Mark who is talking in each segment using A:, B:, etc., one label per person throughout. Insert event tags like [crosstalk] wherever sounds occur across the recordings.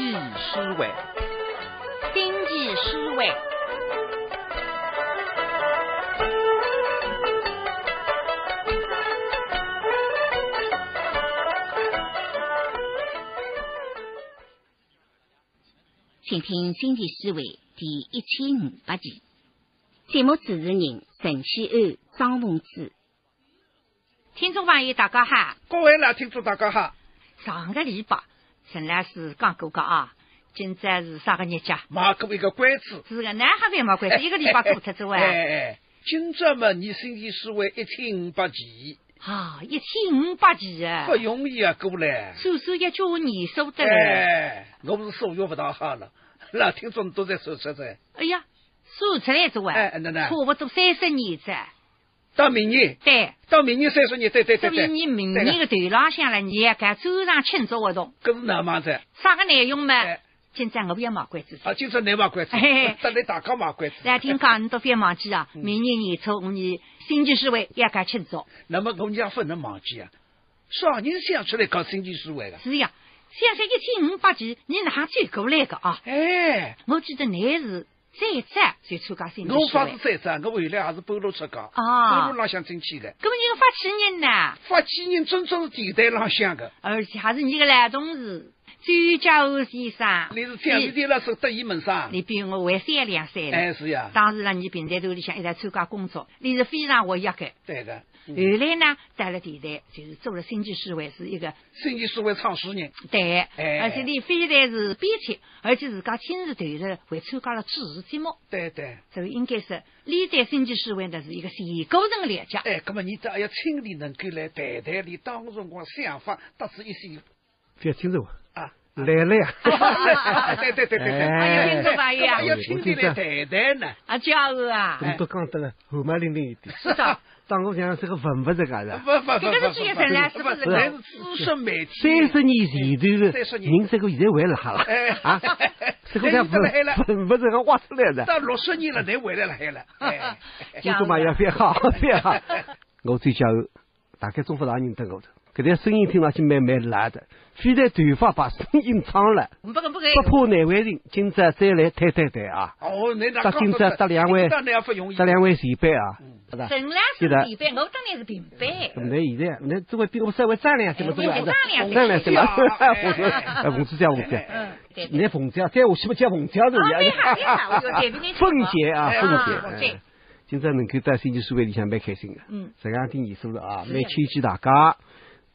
A: 诗会，
B: 经济诗会，
C: 请听《经济思维》第一千五百集。节目主持人陈锡安、张凤芝。
B: 听众朋友大家好，
A: 各位老听众大家好，
B: 上个礼拜陈老师讲过个啊，今朝是啥个日节？
A: 卖过一个关子。
B: 是个，哪还没
A: [laughs]
B: 没关系，一个礼拜过脱之啊
A: 哎
B: 外，
A: 哎哎，今朝嘛，你身体是为一千五百期，
B: 啊，一千五百期啊
A: 不，容易啊，哥嘞。
B: 算算也叫我年收得了。
A: 哎，我是数学不大好了， [laughs] 老听众都在说说噻。
B: 哎呀，算出来之
A: 哎
B: 外，，
A: 那那，
B: 差不多三十年子。
A: 到明年，
B: 对，
A: 到明年三十年，对对对
B: 所
A: 对，
B: 以你明年的头浪向了，你也该周上庆祝活动，
A: 搿是哪嘛噻？
B: 啥个内容嘛
A: 哎？
B: 今朝我也没关子。
A: 啊，今朝你卖关子
B: 哎，
A: 得你大家卖关子。
B: 来听讲，你都别忘记
A: 嗯
B: 啊！明年年初五你星期四会也该庆祝。
A: [laughs] 那么我家不能忘记啊，啥人想出来搞经济思维的？
B: 是呀，想想一千五百集，你哪最过来个啊？
A: 哎，
B: 我记得你是再战才参加星期
A: 我
B: 四
A: 发是再
B: 会
A: 战，我回来还是半路出家，半
B: 啊
A: 路。浪向进去的，
B: 根本就是发起人呐，
A: 发起人真正是地台浪向的。
B: 而且还是你个男同事周家欧先生。
A: 你是这样，你
B: 你
A: 对了手得意门上，
B: 你比我晚三两岁了。
A: 哎是呀，
B: 当时呢，你平台头里向一直参加工作，你是非常活跃的。
A: 对的。嗯
B: 后来呢，带了电台，就是做了星期四会，是一个
A: 经济思维创始人，
B: 对，
A: 哎
B: 而且你非但是编辑，而且自家亲自投入，还参加了主持节目，
A: 对对。
B: 所以应该是连带星期四会呢是一个全过程的连接。
A: 哎，那么你这也亲历能够来谈谈你当时辰光想法，得知一些
D: 不要清楚，
A: 啊。
D: 来
A: [laughs]
D: 了呀！
A: 对对对对对，
D: 哎
B: 听众朋友啊
A: 要亲历来谈谈呢，
B: 啊，家伙啊哎
D: 怎，么都讲得了后麻零零一点，
A: [laughs]
B: 知道？
D: 当我像是个文物这个啊
A: 不
D: 是。
A: 哎不不不，咱是资深媒体，
D: 三十年前头的
A: 30年
D: 人，这个现在还辣哈了
A: 哎 [laughs]
D: 啊！这个
A: 哎
D: 像
A: 你怎么还了
D: 文文物这个挖出来的，
A: 到六十年了，才回来了，还了。哎，
D: 听众朋友
A: [laughs]
D: 别好别好，我最骄傲，大概中国上认得我的，搿条声音听上去蛮蛮辣的，非但头发把声音唱了，
B: 不不
A: 哎
B: 不，
D: 不怕难为情，今朝再来谈谈谈啊！
A: 哦，你那
D: 得今朝得两位，
A: 那也不容易。
D: 得两位前辈啊
A: 嗯，
D: 是吧？
B: 陈老师是平板，我当然是平板。
D: 咁你现在，你这位比我们稍微站两下嘛，
B: 哎
D: 对吧？
B: 我们站
D: 站
B: 两
D: 两
B: 下
D: 下嘛，
A: 哎哎
D: [laughs]
A: 哎
D: 哎，红子姐，红子姐，
B: 嗯，对
D: 你
B: 对。
D: 那红子啊，再下去嘛叫红子啊，对
B: 啊对哈对
D: [laughs]
B: 哈我有代表你说
D: 凤姐啊，
A: 哎
D: 凤
B: 啊
D: 姐，
B: 对
D: 哎今朝能够到星期四会里向蛮开心的，
B: 嗯，
D: 这样挺严肃的啊，
B: 是的
D: 蛮牵起大家。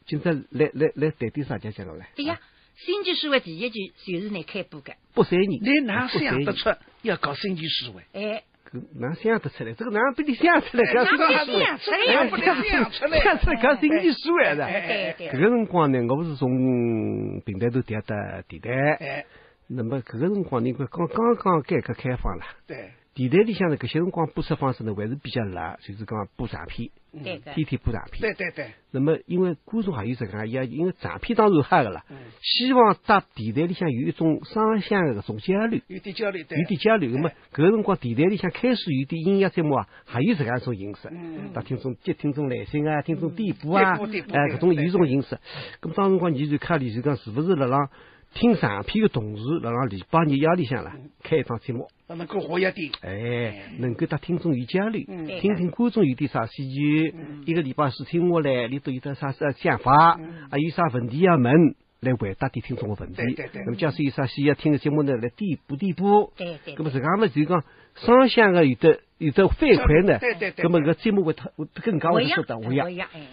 D: 今朝来来来谈点啥讲讲了嘞？
B: 对哎呀，星期四会第一句就是你开播的，
D: 不随你，
A: 你哪
D: 不随
A: 想
D: 你
A: 得？出要搞经济思维？
B: 哎，
D: 搿哪想得出来？这个哎哪比你想得出来？
B: 哪
D: 搿
B: 能
D: 是
B: 想出来
A: 哎哪不能想出来？
D: 想出来搿经济思维的。
B: 对
D: 搿
B: 对。
D: 个辰光呢，我是从平台头调到电台，
A: 哎，
D: 那么搿个辰光呢，刚刚刚改革开放了，
A: 对，
D: 电台里向呢，搿些辰光播出方式呢还是比较辣，就是讲播长片，
B: 对的，
D: 天天播长片。
A: 对对对，
D: 那么因为观众还有这个，也因为长片当然嗨个了
A: 嗯，
D: 希望搭电台里向有一种双向的搿种交流。
A: 有点焦虑，对，
D: 有点交流，那么搿个辰光电台里向开始有点音乐节目啊，还有这样一种形式
A: 嗯，
D: 搭听众接听众来信啊，听众点播啊，
A: 点播点播
D: 哎，
A: 对
D: 搿种
A: 对
D: 有种形式。咁当辰光你就看里就讲是不是辣浪听长篇的同时，辣浪礼拜日夜里向啦
A: 嗯
D: 开一档节目，
A: 那能够活跃点。
D: 哎，能够搭听众有交流，
A: 嗯
D: 听听观众有点啥需求，一个礼拜四听下来，你都有点啥啥想法，还有啥问题要问。来回答点听众的问
A: 嗯
D: 题
A: 对对对，
D: 那么假使有啥需要听的节目呢，来点播点播，
B: 对对
D: 咁。么实际上嘛，就是讲双向个有的有的反馈呢，
A: 对对对
D: 咁么搿节目会特会更加会受到活
B: 我
D: 跃。
B: 呀，哎，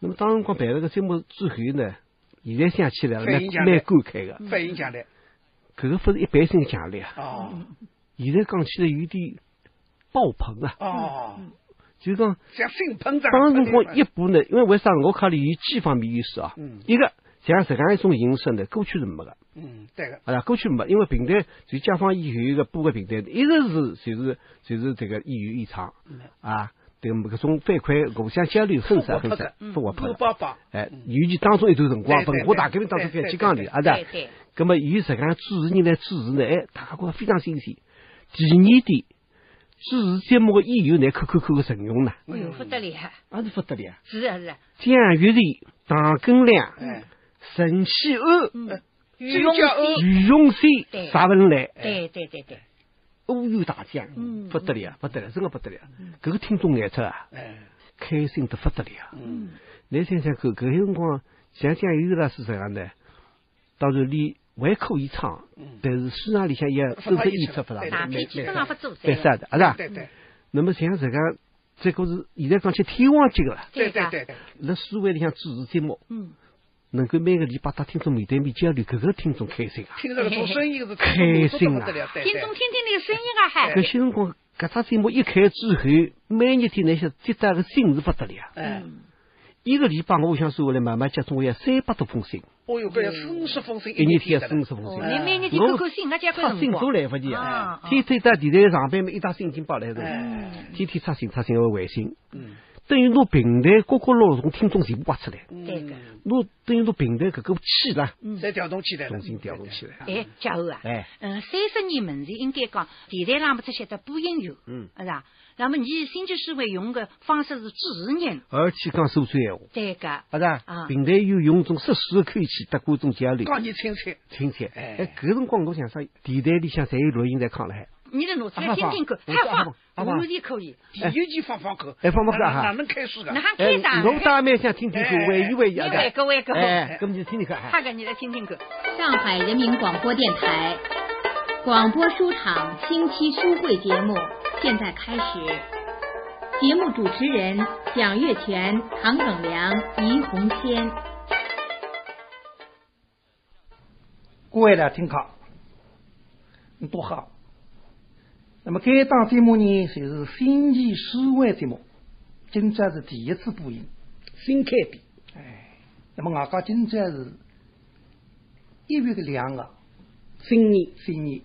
D: 那么当辰光办了个节目之后呢，现在想起来了，
A: 反
D: 蛮
A: 应强烈
D: 蛮感慨个。
A: 反应强烈，
D: 搿个不是一般性奖励啊，
B: 嗯
A: 哦
D: 现在讲起来有点爆棚
B: 嗯
D: 啊，
A: 哦，
D: 就是讲
A: 像性膨胀。
D: 当辰光一步呢，因为为啥我看里有几方面意思啊
A: 嗯？
D: 一个像这样一种形式呢，过去是没个。
A: 嗯，对个，
D: 啊，过去没，因为平台就解放以后个播个平台，一个是就是就是这个一语一唱啊，对我们搿种反馈互相交流很少很少，不活泼
A: 不
D: 的。
A: 包包，
D: 哎，尤其当中一段辰
A: 对
D: 光，
A: 对
D: 文化
A: 对
D: 大革命当中
A: 对
D: 反
A: 对
D: 去讲
A: 对
D: 里，啊
B: 哎对
D: 是。
B: 对，
D: 葛么有这样主持人来主持呢，哎，大家觉得非常新鲜。第二点，主持节目的演员呢，口口口的阵容呢，
B: 哎呦不得了， [laughs]
D: 还是不得了。
B: 是啊是啊，
D: 蒋玉娣、唐根亮、
A: 哎，
D: 陈启安、
B: 羽绒
A: 嗯
E: 金甲
B: 衫，
D: 羽绒衫
B: 对
D: 啥勿能来，
B: 对对对对，
D: 乌云大将
B: 嗯，
D: 不得了，不得了，真的不得了。
E: 嗯
D: 搿个听众眼出啊，
E: 哎，
D: 开心得不得了。
E: 嗯，
D: 来想想看，搿些辰光，像蒋友拉是怎样呢？当然，你还可以唱
E: 嗯，
D: 但是生涯里向也真正演出勿上，
B: 大
E: 对
B: 脾气真的不做
D: 对
B: 噻，
D: 啥的，啊是
E: 对
D: 吧？
E: 对
D: 那么像这个，这个是现在讲起天王级个了，
E: 对对
B: 吧？
E: 对对，
D: 辣苏湾里向主持节目，
B: 嗯，
D: 能够每个礼拜搭听众面对面交流，搿个听众开心啊！
E: 听着搿种声音是
D: 开心啊
E: 不得了，对
B: 听
E: 对
B: 众听听那个声音啊，还
D: 搿些辰光，搿只节目一开之后，每日天那些接待个信是不得了，
E: 哎，
B: 嗯
D: 一个礼拜我想算下来慢慢接总共要三百多封信，
E: 哦哟，搿要四十封信，
D: 一年
E: 年
D: 天
E: 天
D: 要四五十封
B: 哦，
D: 信。
B: 你每日去看
D: 我
B: 看信，人家关
D: 插
B: 辰
D: 信都
B: 光，
D: 来不及
B: 啊
D: 啊！
B: 啊
D: 天天到电台上班嘛，一打信经包来着，
E: 哎，
D: 天天插信插信要回信，
E: 嗯
D: 等于拿平台各个老从听众全部挖出来，
E: 嗯，
B: 对的
D: 拿等于拿平台搿个气啦，
B: 嗯
E: 再调动起来了，
D: 重新调动起来
E: 对对
B: 哎，家后啊，
D: 哎，
B: 嗯，三十年门前应该讲电台上面只晓得播音员，
D: 嗯
B: 是吧？那么你新旧社会用的方式是主持人，
D: 而且讲说句闲话，
B: 对个，
D: 啊是吧
B: 啊？
D: 平台又用种适时的口气搭观众交流，
E: 讲你清楚，
D: 亲切。
E: 哎
D: 哎，搿辰光我想啥？电台里向侪有录音在扛了海，
B: 你来拿出来听听看，
D: 啊
B: 还
D: 放
B: 放，
D: 啊放
B: 完全可以。
E: 第一季放放口，
D: 哎放放口
E: 哪
D: 啊
E: 哪能开始
B: 那
E: 的？
B: 还
D: 哎
B: 开啥，？
D: 侬大蛮想听听看，
E: 哎
D: 回忆回忆
B: 你
D: 啊！
B: 外
D: 是吧
B: 个外个，
D: 哎，搿么就听听看。哎
B: 哈个你来听听看。
F: 上海人民广播电台广播书场清期书会节目现在开始。节目主持人蒋月泉、唐耿良、倪红仙。
A: 各位来听课，你多好。那么该档节目呢，就是星期四晚节目，今朝是第一次播音。哎
E: 新开篇，
A: 那么外加今朝是一月的两个
E: 新年
A: 新年，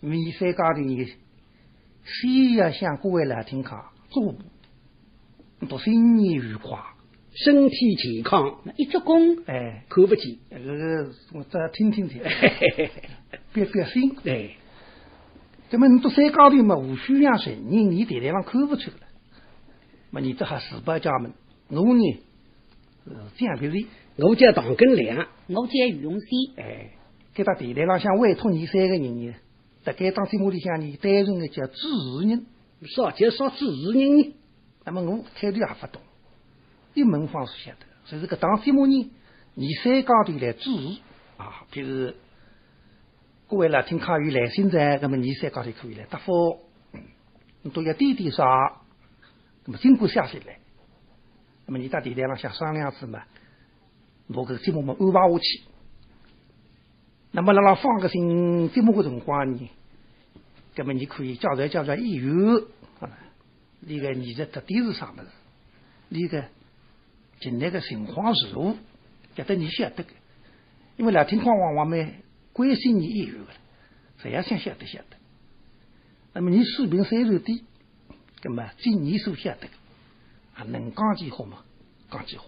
A: 每三家庭呢，先要向各位来听课祝福，祝新年愉快。
E: 身体健康，一鞠躬
A: 哎，
E: 看不
A: [laughs]
E: 见，
A: 这个我再听听听，
E: 嘿嘿嘿
D: 哎
E: 嘿
A: 别别心。
E: 哎，
A: 那么你到山高头嘛，无需养神人，你电台上看不出来。么你这还四百家门，我呢是这样个例，
E: 我叫唐根良，
F: 我叫于荣仙，
A: 哎，给他电台上想委托你三个人呢，大概当节目里向呢，单纯的叫主持人。
E: 少啊就少主持人呢，
A: 那么我开头也不懂，一门方式晓得，就是搿档节目呢，你三高头来主持啊，譬如各位来听康有来信在，那么你三高头可以来答复，你都要点点啥，那么经过消息来，那么你到电台上想商量子嘛，拿搿个节目嘛安排下去。那么辣辣放个新节目个辰光呢，那么你可以介绍介绍演员，啊，你个你的特点是啥么子？你个近来个情况如何？觉得你晓得个，因为聊天框往往蛮关心你演员个，谁也想晓得晓得。那么你水平虽然低，那么尽你所晓得个，啊，能讲几好嘛？讲几好，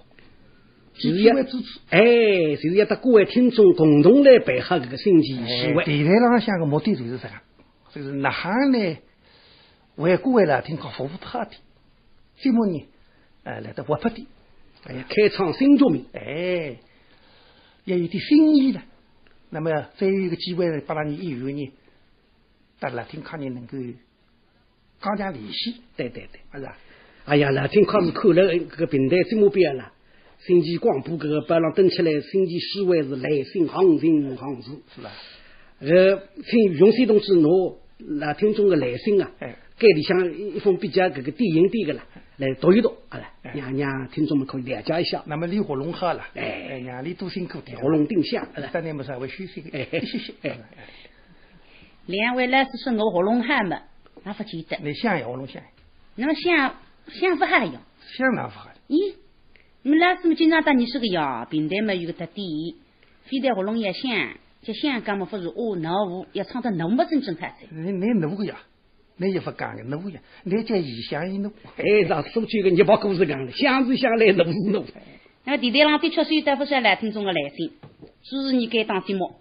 A: 支持为支持。
E: 哎，就要得各位听众共同来办好搿个星期
A: 哎
E: 仪会。
A: 电台浪向个目的就是啥？就是哪行呢？为各位啦，听讲服务好点，节目呢，呃，来得活泼点，
E: 哎开创新局面，
A: 哎，要有点新意了。那么再有一个机会呢，把拉你演员呢，搭来听看你能够加强联系，
E: 对对对。
A: 是吧？
E: 哎呀，那听看是看了搿个平台节目表啦，星期广播搿个把浪登起来，星期四晚是来信行情行事。
A: 是吧？
E: 呃，请永先同志侬那听众的来信啊，
A: 哎
E: 该里向一封比较搿个点引点个啦，来读一读，好了，
A: 哎
E: 让让听众们可以了解一下，
A: 那么李活龙好了，
E: 哎
A: 哎，让你多辛苦点，
E: 喉咙定向，好了，
A: 当然没啥会休息个，
E: 哎
A: 一歇歇。
E: 哎
A: 是吧
G: 两位老师说我喉咙喊嘛，也不记得。
A: 你想呀，喉咙想，
G: 那么想想法还一样，
A: 想哪啊法？
G: 咦？那么老师们经常到你说个呀，平台嘛有个特点，非得喉咙要响，就香港嘛不是哦，脑无要唱得浓不正正才是。
A: 你你奴呀，你也不讲个奴呀，你叫异乡一奴。
E: 哎，让说句个热巴故事讲了，想是想来，弄是弄，
G: 那么电台上的确是有得不少来听众的来信，主持人该当节目，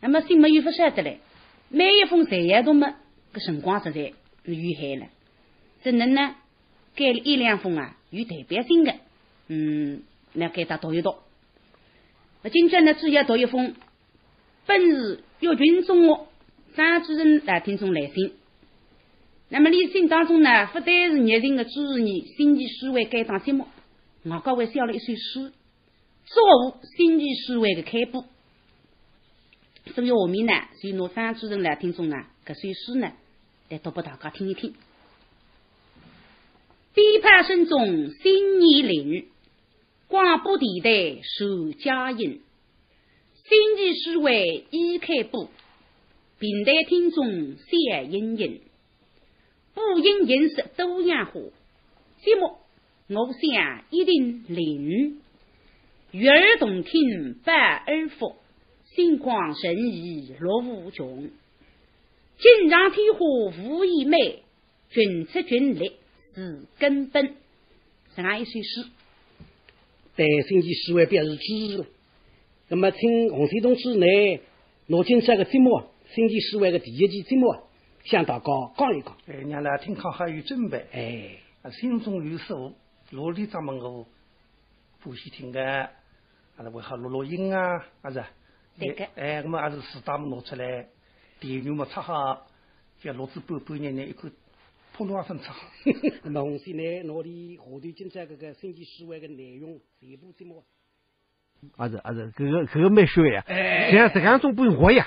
G: 那么信没有不晓得嘞，每一封侪要读嘛，搿辰光实在是有限了。只能呢，改了一两封啊，有代表性的，嗯，那给他读一读。那今朝呢，主要读一封本市粤群中学张主任来听众来信。那么，来信当中呢，不但是热情的支持你新奇思维该档节目，外国还写了一首诗，造福新奇思维的开播。所以下面呢，就拿张主任来听众啊，搿首诗呢，来读拨大家听一听。琵琶声中新年临，广播电台首佳音。新奇思维已开播，平台听众笑盈盈。播音形式多样化，节目我想一定灵。悦耳动听百耳福，心旷神怡乐无穷。锦上添花无意美，群策群力是根本。这样一首诗，
E: 对经济思维表示支持了。那么，请洪水同志呢，拿今朝个节目啊，经济思维个第一期节目啊，向大家讲一讲。
A: 哎，让来听看还有真白，
E: 哎，
A: 啊，心中有数，罗里咱们我欢喜听个，啊，那为好录录音啊，啊是，
G: 对个
A: 哎，我们还是自打们拿出来，电源嘛插好，像录子半半年呢，一看普通话分插好，
E: 那么洪水呢，拿你下头今朝搿个经济思维个内容全部节目啊。
D: 啊是啊是，搿个搿个蛮炫呀！像实际上种播音活呀，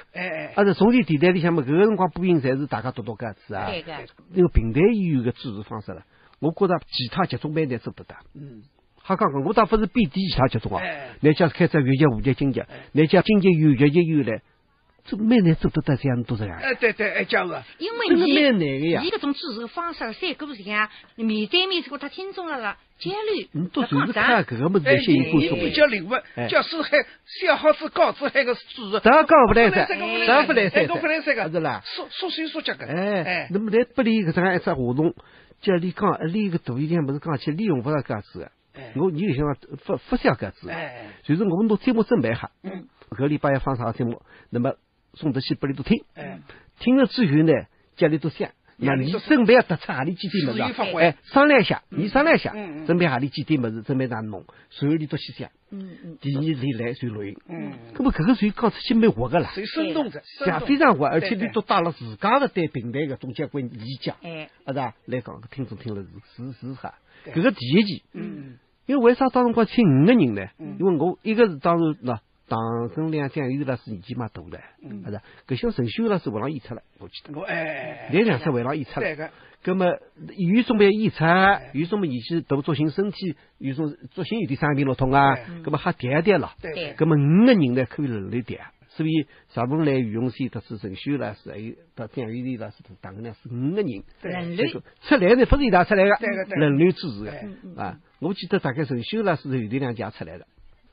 D: 啊是从前电台里向嘛，搿个辰光播音侪是大家读读搿子啊。
B: 对个，
D: 那个平台医院个支持方式了，我觉着其他集中班台做不到。嗯。瞎讲讲，我倒不是贬低其他集中啊。你假如开只月节、五节、经节，你讲经节有、月节有嘞，这蛮难做得到这样多这样。
A: 对对， [laughs] 哎，这样子，
B: 因为
D: 这个
B: 你
D: 蛮难个呀
B: 伊。搿种支持方式，三个是像面对面是跟他听众了啦，交流，
D: 你都
B: 搿
D: 就是
B: 讲
D: 看
B: 啥？
D: 搿个物事吸引观众的。
A: 灵活
D: 哎
A: 是还写好子稿子还个主持
D: 咱讲不来噻，
B: 哎
D: 咱不来噻，
A: 哎我不来噻个
D: 是啦。
A: 说说谁说这个
D: 哎，那么来不里搿张一只哎活动，叫你讲，你个大一点，勿是讲起利用勿着搿子个
A: 哎。
D: 我你就想勿勿想搿子个，
A: 哎
D: 就是我们拿节目准备哈，搿礼拜要放啥节目，那么送得去拨你都听，
A: 哎
D: 听了之后呢，叫你都想，让
A: 让你
D: 你
A: 都
D: 准备要得出何里几点物
A: 自由发
D: 事，
A: 挥
D: 哎，商量一下，你商量一下
G: 嗯，嗯
D: 准备何里几点物事，准备哪能弄，随后你都去想，
B: 嗯嗯，
D: 第二天来就录音，
A: 嗯，
D: 那么搿个属于讲出去蛮活个啦。
A: 谁生动着，生
D: 讲
A: 动
D: 啊非常活，而且
A: 对
D: 你都带了自家的对平台的总结观理解，
B: 哎，
D: 啊是啊，来讲，听众听了是是是哈，搿个第一期，
A: 嗯，
D: 因为为啥当辰光请五个人呢？因为我一个是当然喏，唐根亮、蒋友老师年纪蛮大了，
A: 嗯
D: 啊是啊，搿像陈秀老师回廊演出了，我记得，
A: 我哎，
D: 连两次回廊演出了
A: 对，个，
D: 葛么有种被演出，有种么年纪大，作性身体有种作性有点生病落痛啊，葛么还调一调了。
A: 对
B: 对
A: 个，
D: 咁么五个人呢可以轮流点，所以上文来于永先，特是陈秀老师，还有到蒋玉丽老师，等等呢是五个人。
B: 人
D: 结
B: 类
D: 果出来呢，不是伊拉出来
A: 对个
D: 的，
A: 对个
D: 轮流支持的
A: 嗯
D: 啊！我记得大概陈秀老师是有点两家出来的，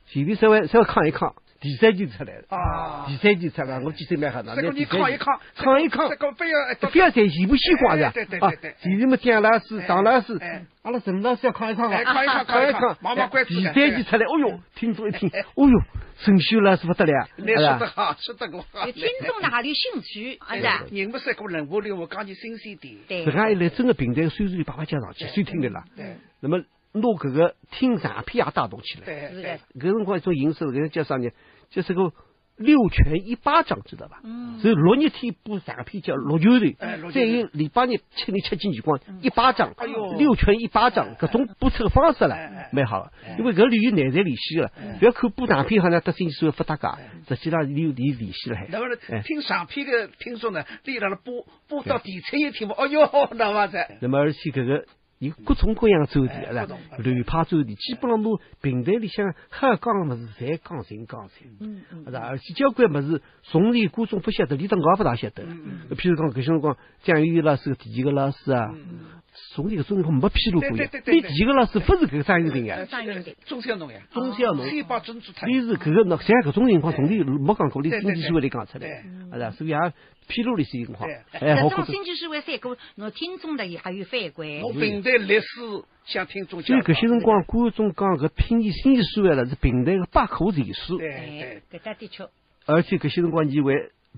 D: 前面稍微稍微抗一抗，第三季出来的
A: 啊
D: 第三季出来，我记得蛮好的。
A: 这个
D: 那
A: 你
D: 第三
A: 抗
D: 季
A: 一抗，
D: 抗一抗
A: 这，个不要哎
D: 不要在前部西瓜的
A: 哎对对
D: 啊
A: 对对！
D: 前面么蒋老师、
A: 哎
D: 唐老师
A: 哎，
D: 阿拉陈老师要抗一抗哎啊
A: 哎，抗一抗
D: 抗
A: 抗一抗忙忙关注
D: 第
A: 的哎
D: 三季出来，哦哟，听众一听，哦哟，陈秀老师不得了，哎
A: 你
D: 是
A: 说得
D: 吧？
A: 好，说得我好
B: 有，听众呢还有兴趣，
D: 哎
B: 啊是啊，
A: 人不是个人物里，我讲你新鲜点，
B: 对
D: 这，样一来，整个平台收视率叭叭加上去，谁听得了？
A: 对
D: 那么拿搿个听唱片也带动起来。
A: 对
B: 是
A: 对
B: 的，，
D: 搿辰光一种形式，搿叫啥呢？就是个六拳一巴掌，知道吧？嗯。所以六日天一部长片叫六球
A: 哎六球
D: 头，
A: 头
D: 再有礼拜日七点七金曲光一巴掌
A: 哎呦，
D: 六拳一巴掌，搿种播出个方式
A: 哎
D: 了
A: 哎，
D: 蛮好的。因为搿里有内在联系的，不要看播长片好像得星期三不搭嘎，实际上有有联系了还。
A: 那么呢
D: 哎
A: 听上篇的听众呢，你让他播播到第七一听嘛，哎哟，那么子，
D: 那么而且搿个有各种各样的周
A: 哎
D: 是吧
A: 各种？
D: 乱派周题，基本上侬平台里向瞎讲个物事，侪讲全讲
A: 嗯
D: 全，是吧？而且交关物事，从前观众不晓得，连当我也不大晓得。
A: 嗯
D: 譬如讲，搿些辰光蒋玉玉老师个第一个老师啊，从前搿种辰光没披露过
A: 嗯对
D: 呀
A: 对。对
D: 你
A: 对对
D: 第一个老师不是搿个张云定呀？
A: 上运的，中小农呀，
D: 钟小农
A: 先把珍珠他，
D: 你是搿个，那像搿种情况，从前没讲过，连
A: 对对
D: 经济
A: 对
D: 社会里讲出来，
A: 对
D: 是吧？所以也披露了一些情况，
A: 对
D: 哎，好
B: 搿
D: 可
B: 种新奇思维三个，侬听众呢也还有反
A: 我
B: 馈，
A: 平台历史向听众
D: 所以
A: 讲，
D: 搿些辰光，观众讲搿拼音新意思来了，是平台个百科全书，
A: 对对
B: 哎，搿搭的确，
D: 而且搿些辰光你为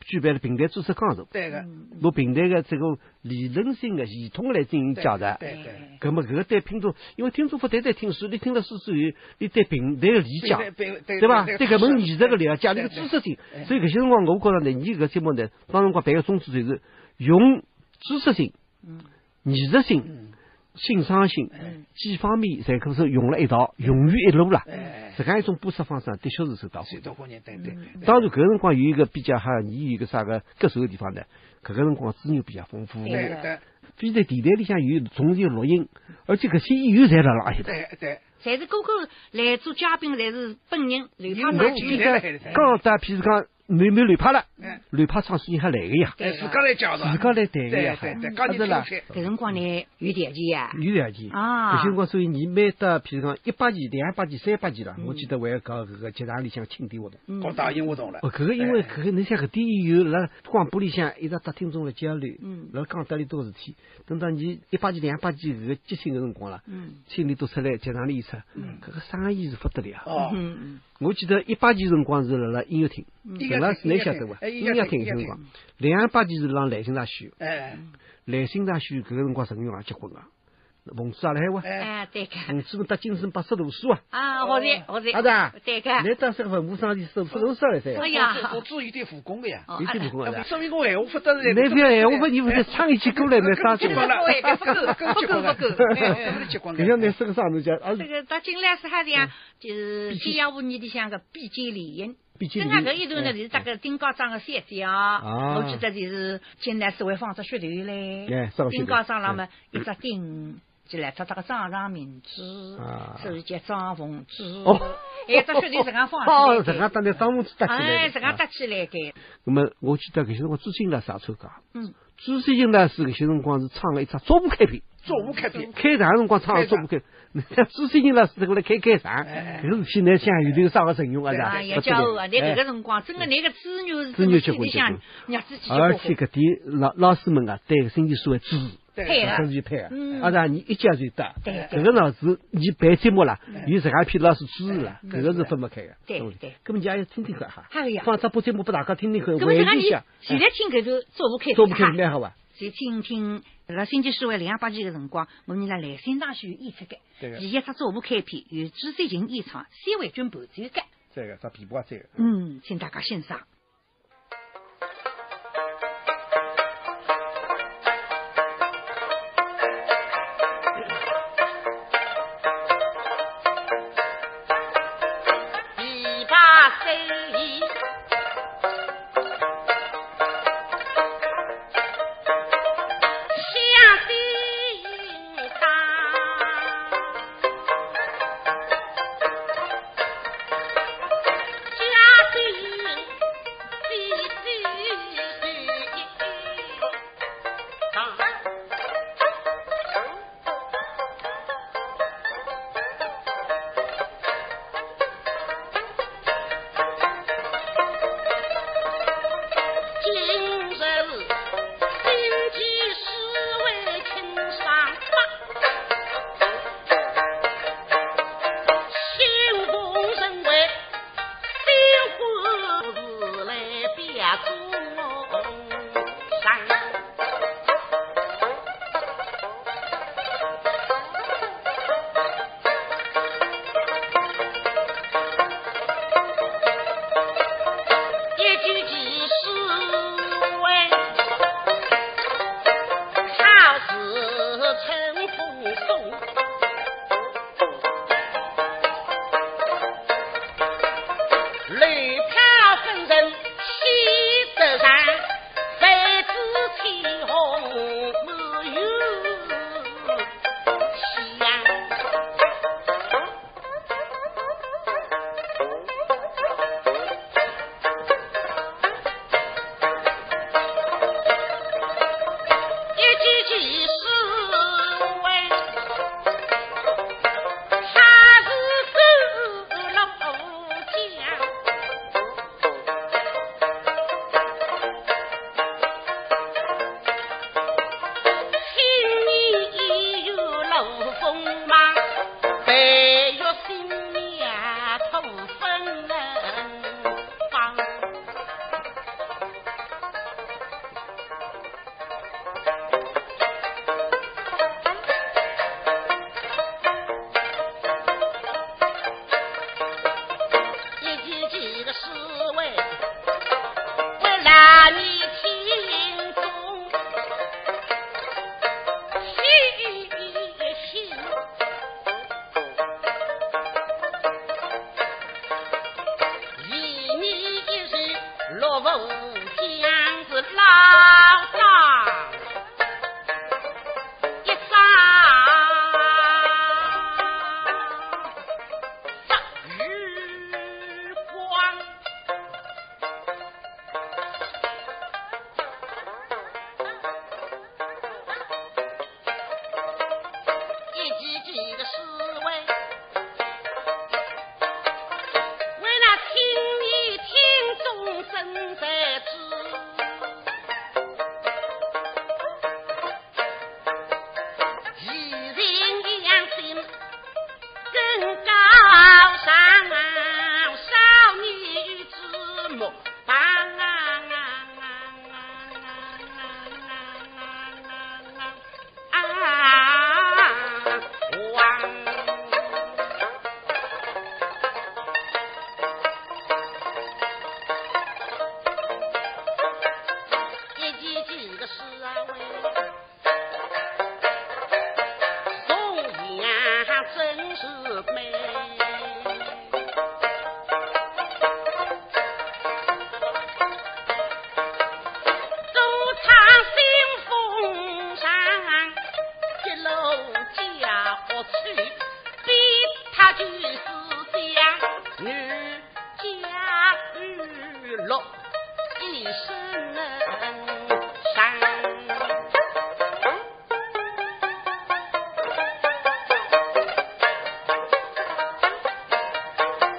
D: 具备了平台知识纲常，
A: 对个，
D: 拿平台的这个理论性的、系统来进行解答。
A: 对对，
D: 葛么搿个对听众，因为听众不单单听书，你听了书之后，你对平台的理解，
A: 对
D: 对吧？对
A: 对
D: 搿门艺术个了解，你个知识性。所以搿些辰光，我觉着呢，你搿节目呢，当辰光办个宗旨就是用知识性、
A: 嗯
D: 艺术性、欣赏性几方面，侪可是用了一道，融于一路了。
A: 哎，
D: 这样一种播出方式，的确是受到欢迎
A: 水。稻花人，对
D: 嗯
A: 对对，
D: 当然，搿辰光有一个比较哈，你有一个啥个特殊的地方呢？搿个辰光资源比较丰富，
A: 对对
D: 非在电台里向有总是有录音，而且搿些演员侪辣辣埃搭。
A: 对对，
B: 侪是个个来做嘉宾，侪是本人刘
A: 有
B: 太
A: 没
B: 太
A: 有
B: 举
A: 进来了？
D: 刚才譬如讲，没没乱拍了
A: 嗯，
D: 乱拍唱书人还来个呀，
A: 哎，自家来介绍，
D: 自家来谈个呀，
A: 对对对，
D: 还是啦，
B: 搿辰光呢有条件啊，
D: 有条件
B: 啊
D: 搿些辰光，所以你每到譬如讲一八级、两八级、三八级了，
A: 嗯
D: 我记得还要搞搿个集团里向庆典活动。
A: 搞大型活动了。
D: 哦，搿个因为搿个，侬想搿点有辣广播里向一直搭听众来交流，
B: 嗯
D: 辣讲得里多事体。等到你一八级、两八级搿个激情个辰光啦，
B: 嗯
D: 心里都出来，集上里演出，
A: 嗯
D: 搿个生意是不得了。
A: 哦，
B: 嗯
D: 我记得一八级辰光是辣辣音乐厅，
A: 音
D: 搿
A: 乐
D: 拉
A: 厅
D: 侬
A: 音乐
D: 晓
A: 厅
D: 得伐？
A: 哎音
D: 音
A: 乐
D: 乐
A: 厅
D: 厅
A: 音乐
D: 搿辰
A: 厅
D: 光，两八级是让兰心大选，
A: 哎
D: 嗯兰心大选搿个辰光陈玉华结婚啊，冯子也辣海哇，
B: 嗯，
A: 哎，
B: 哎对个，
D: 冯子们搭精神八十大叔啊，
B: 啊好的好的，
D: 阿达，
B: 对个，
D: 来当这个文物生意手手头上来噻，
B: 哎呀，
A: 我做有点武功的呀。
B: 哦
D: 有点不
A: 啊
D: 公啊。
A: 说明我闲话不得
D: 那不要闲话，你不是唱一句歌来没啥子
A: 结
D: 嘛
A: 棍？了，
B: 不够不够不够，
A: 哎结哦棍
D: 你像那身上侬讲，啊，
B: 这个到近来是还是呀，就是三幺五年里向个比肩联姻。
D: 毕竟
B: 真个搿一段呢，就是搭个丁家庄个三姐啊，
D: 啊
B: 我记得就是进来是会放只噱头嘞
D: 哎放，血
B: 丁
D: 头
B: 家庄上嘛一只丁。就来出这个张上明珠
D: 啊，
B: 手接张凤珠，
D: 哦
B: 还有只噱头自家放
D: 哦，
B: 起
D: 自
B: 来
D: 家
B: 的，
D: 当那张文子搭起来
B: 哎，
D: 的。
B: 自家
D: 啊
B: 搭起来的，
D: 那么我记得搿些辰光朱金拉是也参加，
B: 嗯，
D: 朱金拉是搿些辰光是唱了一只早舞开篇，
A: 做无开篇，
D: 开场辰光唱了早舞开，朱金拉是这个来开开场，
A: 哎哎
D: 搿个事体呢，像有点啥个成用啊？是吧
B: 哎呀，
D: 不得
B: 家伙啊！
D: 了
B: 你搿个
D: 哎
B: 辰光，真个你个资源是
D: 资
B: 真
D: 源
B: 的
D: 结
B: 心
D: 棍
B: 里
D: 结
B: 向
D: 棍，
B: 日子结
D: 而
B: 棍
D: 且搿点老老师们啊，对星期数的支持。
B: 配
D: 真
B: 合，
D: 是配啊
B: 嗯！
D: 阿达，你一家就得
B: 对，
D: 搿个呢是你办节目啦，有自家一批老师支持啦，
A: 嗯
D: 搿个是分不开的。
B: 对
D: 懂不
B: 对
D: 搿么你也要听听看哈，
B: 哎呀
D: 放只播节目拨大家听听看，
B: 搿么就
D: 回
B: 讲
D: 忆一
B: 你
D: 下，
B: 现在听搿头做不开
D: 做不开
B: 哈
D: 蛮好伐？
B: 就听听辣星期四晚零夜八点个辰光，我们辣兰心大学演出个，
D: 对个
B: 第一只左部开篇由朱三琴演唱，三位军伴奏个，
D: 这个，这琵琶这个。
B: 嗯，请大家欣赏。
H: 琵琶手里响叮当，家丁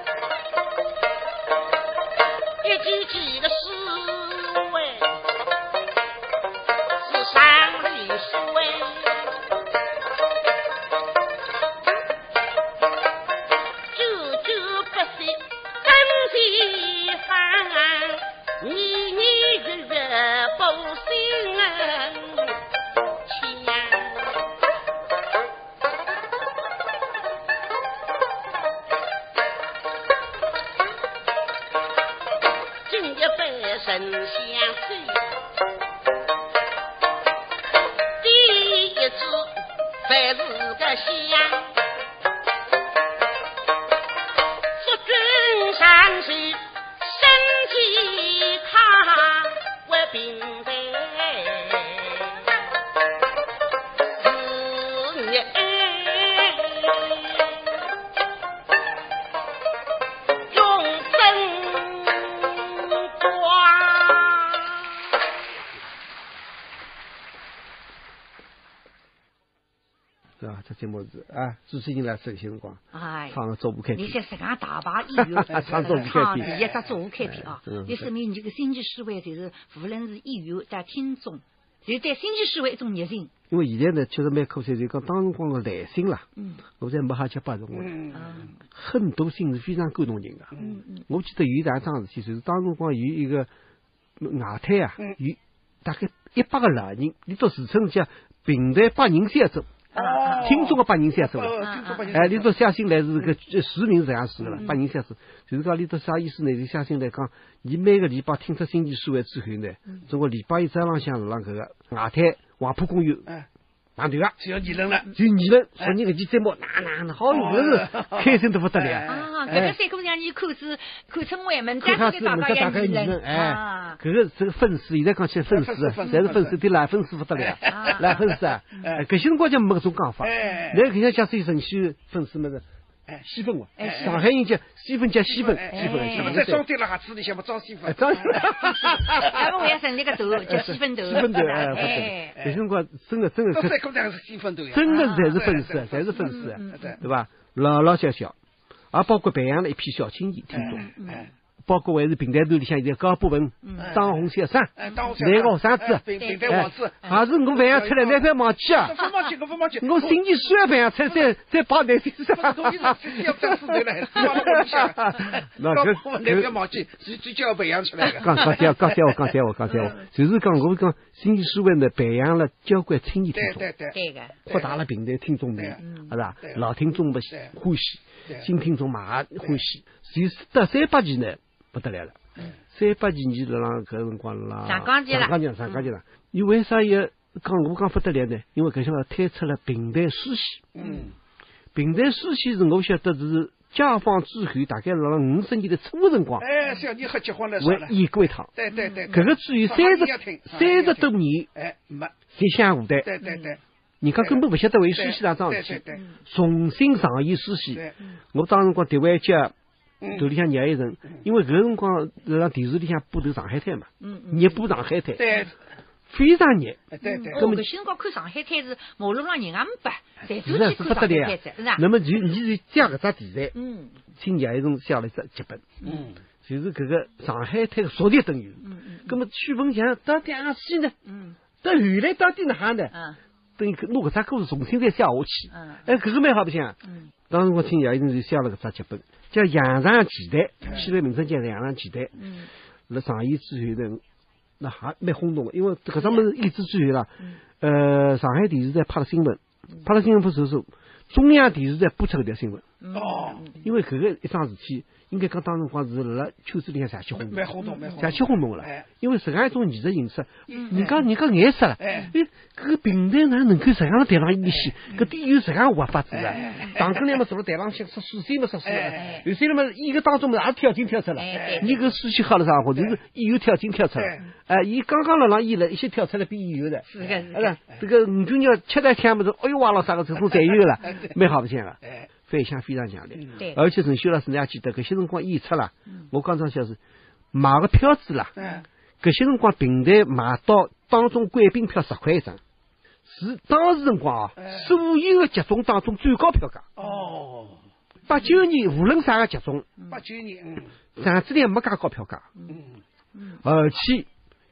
I: 哎哎啊啊
H: 神相随。第一次才是个香，夫君上去身体康，我病在。是你用真光。
D: 是吧？这节目是啊，主持人来这些辰光
B: 哎，
D: 唱了《走不开
B: 你
D: 篇》，
B: 像自家大牌演员
D: [laughs] 唱
B: 唱
D: 中
B: 第一
D: 午
B: 只
D: 开篇
B: 中午开篇啊
D: 嗯，
B: 就说明你这个星期四会，就是无论是演员带听众，就是对星期四会一种热情。
D: 因为现在呢，确实蛮可惜，就讲当辰光的来信啦，
B: 嗯
D: 我在没瞎七八辰光，
B: 啊
D: 很多信是非常感动人的。
B: 嗯嗯
D: 我记得有一桩桩事体，就是当辰光有一个外滩啊，
B: 嗯
D: 有大概一百个老人，你到市村讲平台把人塞走，
B: 哦
D: 听众也把人塞走
A: 哦
D: 了。哎，你都相信来是个市民是这样子的了，把人塞死。就是讲，你都啥意思呢？就相信来讲，你每个礼拜听出星期数会之后呢，中国礼拜一早浪向是浪搿个外滩黄浦公园
A: 哎
D: 排队啊，
A: 只要议论了，
D: 就你们说你搿期节目哪哪哪好，我是开心得不得了。
B: 啊，搿
D: 哎
B: 个三姑娘你看是看春晚门，
D: 看
B: 但
D: 看
B: 是
D: 是
B: 大
D: 们
B: 家
D: 家大概
B: 也
D: 女
B: 人
D: 人，哎
B: 啊，，
D: 搿个这个粉丝，现在讲起来粉丝，啊
A: 粉丝
D: 侪是粉
A: 粉
D: 丝，
A: 丝
D: 对奶粉丝不得了
B: 啊，
D: 奶粉丝啊，
A: 哎
D: 搿些辰光就没搿种讲法。
A: 哎
D: 那搿像假使有城区粉丝么子，
A: 哎
D: 西粉哇
B: 哎，
D: 上海人讲西粉叫西粉，
A: 哎
D: 西粉，
B: 哎
D: 西
A: 那么
D: 粉
A: 再
D: 西
A: 装
D: 粉。
A: 对了哈，子里向么装西
D: 哎，
A: 粉，
D: 当哎
B: 咱
D: 然，
B: 们我要成立个头，叫西分头，
D: 西粉头，哎，不
B: 哎
D: 得了，搿些辰光真的真的
A: 到
D: 是
A: 三姑娘是西粉头呀，
D: 真的才是
A: 啊
D: 粉丝，
A: 对
D: 侪是粉丝，啊
A: 嗯对
D: 对吧？老老小小，也包括培养了一批小青年听众，
A: 哎
D: 包括还是平台头里向现在高博文、张红先生，
A: 哎，当我
D: 那个学生子，
A: 平平台
D: 哎
A: 王子，，
D: 还是我培养出来，你别忘记啊
A: 我！不忘记，我不忘记，
D: 我星期三培养出来，再再把你身上
A: 不是我意思，是要当时头来，放到我里向，
D: [laughs] 那
A: 啊搞
D: 这
A: 不好那个忘记，最最叫培养出来的。
D: 刚刚才刚才我刚才我刚才我，就是讲我讲星期四晚呢，培养了交关青年
A: [laughs]
D: 听
A: 对
D: 众。
A: 对对，
B: 对个，
D: 扩大了平台听众
A: 对
D: 面
A: 啊，
D: 是吧
A: 对？啊
D: 老听众们喜
A: 对啊
D: 欢喜
A: 对啊，
D: 新听众嘛也欢喜。就到三八期呢，不得了了。
A: 嗯
D: 三八期你辣浪搿辰光啦，
B: 上江期了
D: 上江期了，上江期
A: 嗯
D: 了。你为啥要讲我讲不得了呢？因为搿些推出了平台书系。
A: 嗯，
D: 平台书系是我晓得是解放之后，大概辣浪五十年代初辰光，
A: 哎，小妮和结婚了，
D: 我
A: 算了，
D: 演过一趟。
A: 对对对，
D: 搿个至于三十
A: 上江期要听
D: 三十多年，
A: 哎，没，
D: 才相互代，
A: 对对对，
D: 人家根本不晓得为书
A: 对
D: 系哪桩事
A: 对
D: 体。
A: 对
D: 重新上演书系。
A: 对
D: 我当时辰光迭位叫
A: 嗯
D: 头里向热一人，因为搿辰光辣辣电视里向播头上海滩嘛，热播上海滩，
A: 嗯对
D: 非常热。
A: 对对对，
B: 哦，搿些辰光看上海滩是马路上人也没白，侪
D: 实
B: 走去
D: 在哎是
B: 看
D: 不
B: 上海
D: 得了
B: 滩子，是吧？
D: 那么就你是这样搿只题材，
B: 嗯
D: 请叶一人写了一只剧本，
A: 嗯，
D: 就是搿个上海滩的昨天等于。
B: 嗯
D: 那么曲凤强到底阿西呢？
B: 嗯
D: 到后来到底哪哈呢？
B: 嗯
D: 等于弄搿只故事重新再写下去。
B: 嗯
D: 哎，搿个蛮好白相。
B: 嗯
D: 当时我听叶一人就写了搿只剧本，叫《洋场奇谭》，戏台名称叫《洋场奇谭》。
B: 嗯
D: 辣上演之后呢，那还蛮轰动的，因为搿桩物事演出之后啦，呃，上海电视台拍了新闻，拍了新闻不手术，中央电视台播出搿条新闻，
A: 哦，
D: 因为搿个一桩事体，应该讲当辰光是辣辣秋水里向社区轰动
A: 蛮。轰动，蛮轰
D: 社
A: 动，
D: 区轰动了
A: 哎，
D: 因为这样一种艺术形式，人家人家眼色了，哎
A: 哎，
D: 搿个平台哪能够这样台上演戏，搿点有这样活法子啊？唐姑娘嘛坐辣台上向说水仙嘛说水
A: 哎
D: 了，有些人嘛一个当中嘛也跳进跳出了
B: 哎，
D: 你搿水仙喝了啥货？就是演员跳进跳出了
A: 哎，
D: 哎，伊刚刚辣浪演了，一些跳出来变演员的，
B: 是个是
D: 哎
B: 个
D: 呀，这个五九娘吃得香么子，哎呦哇了啥个这种侪有了，蛮好白相了，
A: 哎，
D: 反响非常强烈。
B: 对，
D: 而且陈秀老师你也记得，搿些辰光演出啦，我刚刚讲是买个票子啦，
A: 嗯，
D: 搿些辰光平台买到当中贵宾票十块一张，是当时辰光啊，所有的集中当中最高票价。
A: 哦，
D: 八九年无论啥个集中，
A: 八九年，嗯
D: 上次也没介高票价，
A: 嗯
D: 而且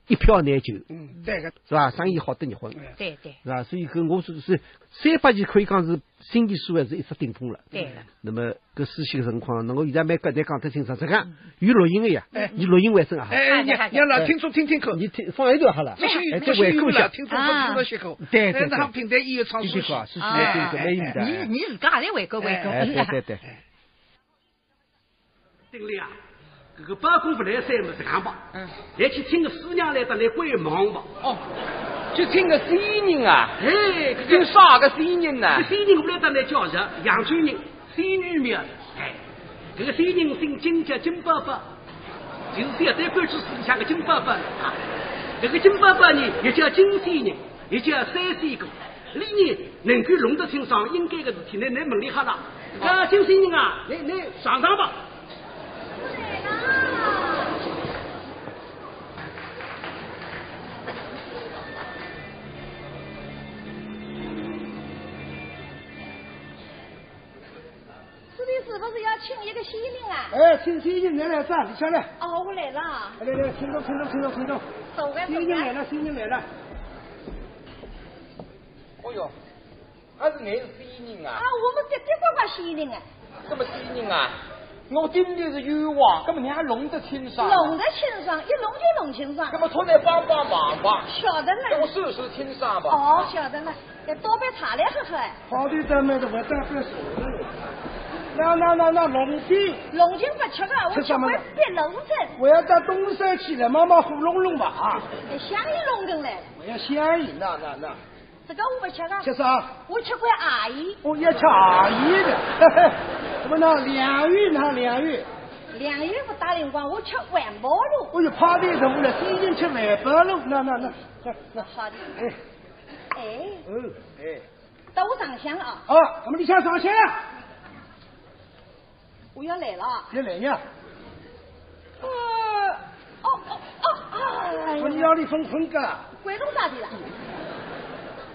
D: 一票难求，
A: 嗯，对个，
D: 是吧？生意好得热昏，
A: 哎
B: 对对
D: 是吧？所以搿我是是三八年可以讲是经济数还是一只顶峰了。
B: 对了。
D: 那么搿书信个辰光，那我现在蛮简单讲得清爽，这个有录音个呀，你录音为证啊。
A: 哎，你让老听众听听看。
D: 你听放一段好了，
A: 这些
D: 哎
A: 这
D: 再回
A: 些
D: 顾一下。
A: 听众们听了些口，
D: 对对对
A: 那平台也有唱
D: 继
A: 书
D: 续
A: 戏
D: 讲，继续
B: 哎
D: 讲，这个没意思的。
B: 你你自家也回购回购
D: 哎，
B: 是吧
D: 对对对，
E: 丁力啊，搿个包公不来三么是讲吧，嗯，来去请个师娘来得来关忙吧。
J: 就请个死人啊，
E: 哎，搿
J: 请
E: 个
J: 啥个死人呢？
E: 搿三人我来得来叫人，扬州人，三女庙，哎，搿个三人姓金叫金伯伯，就是三代官制史里向个金伯伯啊。搿个金伯伯呢，也叫金三人，也叫三三哥。你呢，能够弄得清爽应该个事体呢，来问里哈啦。搿金三人啊，来来上上吧。
I: 这里是不是要请一个新人啊？
A: 哎，请新人来了，站里向来，
I: 哦，我来了，
A: 来来来，请到请到请到请到，
I: 走吧走
A: 新人来
I: 吧。
A: 了，新人来了。
J: 哦哟，还是俺是死人
I: 啊，
J: 啊，
I: 我们的的确确新人啊，
J: 这么死人啊，我顶头是冤枉，根本人家弄得清爽，
I: 弄得清爽，一弄就弄清爽
J: 那。么托你帮帮忙吧，
I: 晓得
J: 给我
I: 了，
J: 试试清爽吧。
I: 哦，晓得了，要倒杯茶来喝喝哎。
A: 好的，咱们的我当个是，那那那那龙弟，
I: 龙井不吃啊，我
A: 吃
I: 吃
A: 什么
I: 会变龙针，
A: 我要到东山去了，妈妈火龙龙吧啊！
I: 哎香烟龙针来了。
A: 我要香烟，那那那，
I: 这个我不吃啊，
A: 吃啥？
I: 我吃过阿姨
A: 我要茶叶的， [laughs] 嘿嘿，怎么呢？两玉呢？两玉，
I: 两月不打零光，我吃万宝路。
A: 我就趴在头了，最近吃万宝路，那那那那那，
I: 好的，
A: 哎，
I: 哎，
A: 嗯，
I: 到我上香了啊，
A: 啊，那么你想上线啊？
I: 我要来了啊。
A: 你来呀？
I: 呃，哦哦哦，哎
A: 我
I: 呀。
A: 要你分分个。
I: 鬼弄咋的了？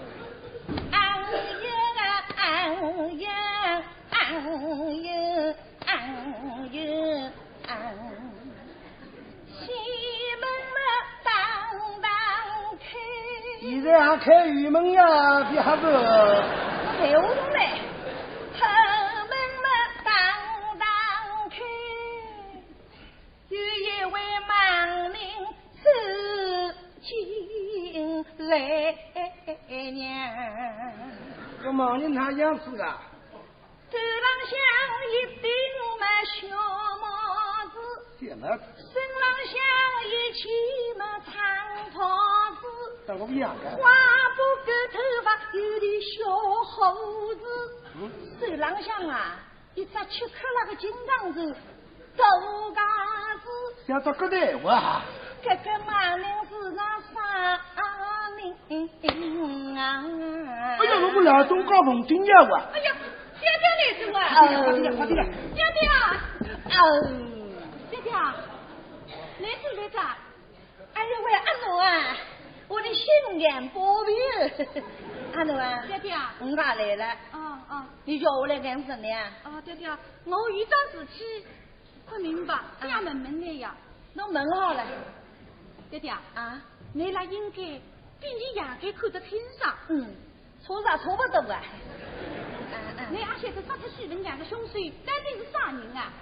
I: 俺呀俺呀俺呀俺呀俺，西门嘛当当开，
A: 现在还开玉门呀，别还不
I: 陪我弄来，后门嘛当当开，有一位盲人走进来娘。
A: 这忙人哪样子啊？
I: 头浪向一顶么小帽子，
A: 这么
I: 身浪向一件么长袍子，
A: 怎么不一样
I: 花
A: 的？
I: 布个头发有点小胡
A: 嗯
I: 子，手浪向啊一只吃克拉个金刚手，豆荚子，
A: 想到个台话，
I: 这个马铃是那啥人啊？
A: 哎呀，我们老东搞农村呀我。
I: 哎呀，爹爹来着我。
A: 快
I: 嗯
A: 点快点
I: 爹爹啊！哦，爹爹啊，来着来着，哎呀喂，阿奴啊，我的心肝宝 [laughs] 贝，阿奴啊，哦
K: 爹爹啊，
I: 我也来了，
K: 啊啊
I: 你叫我来干什么呀？
K: 啊，爹爹啊，我有桩事体不明白，
I: 哎
K: 这样问问你呀，
I: 侬问好了
K: 爹爹啊，
I: 啊？
K: 你拉应该比你爷该看得清爽，
I: 嗯，错啥错不多啊？
K: 你也
I: 嗯嗯，
K: 晓得杀他西门两个凶手到底是啥人啊？嗯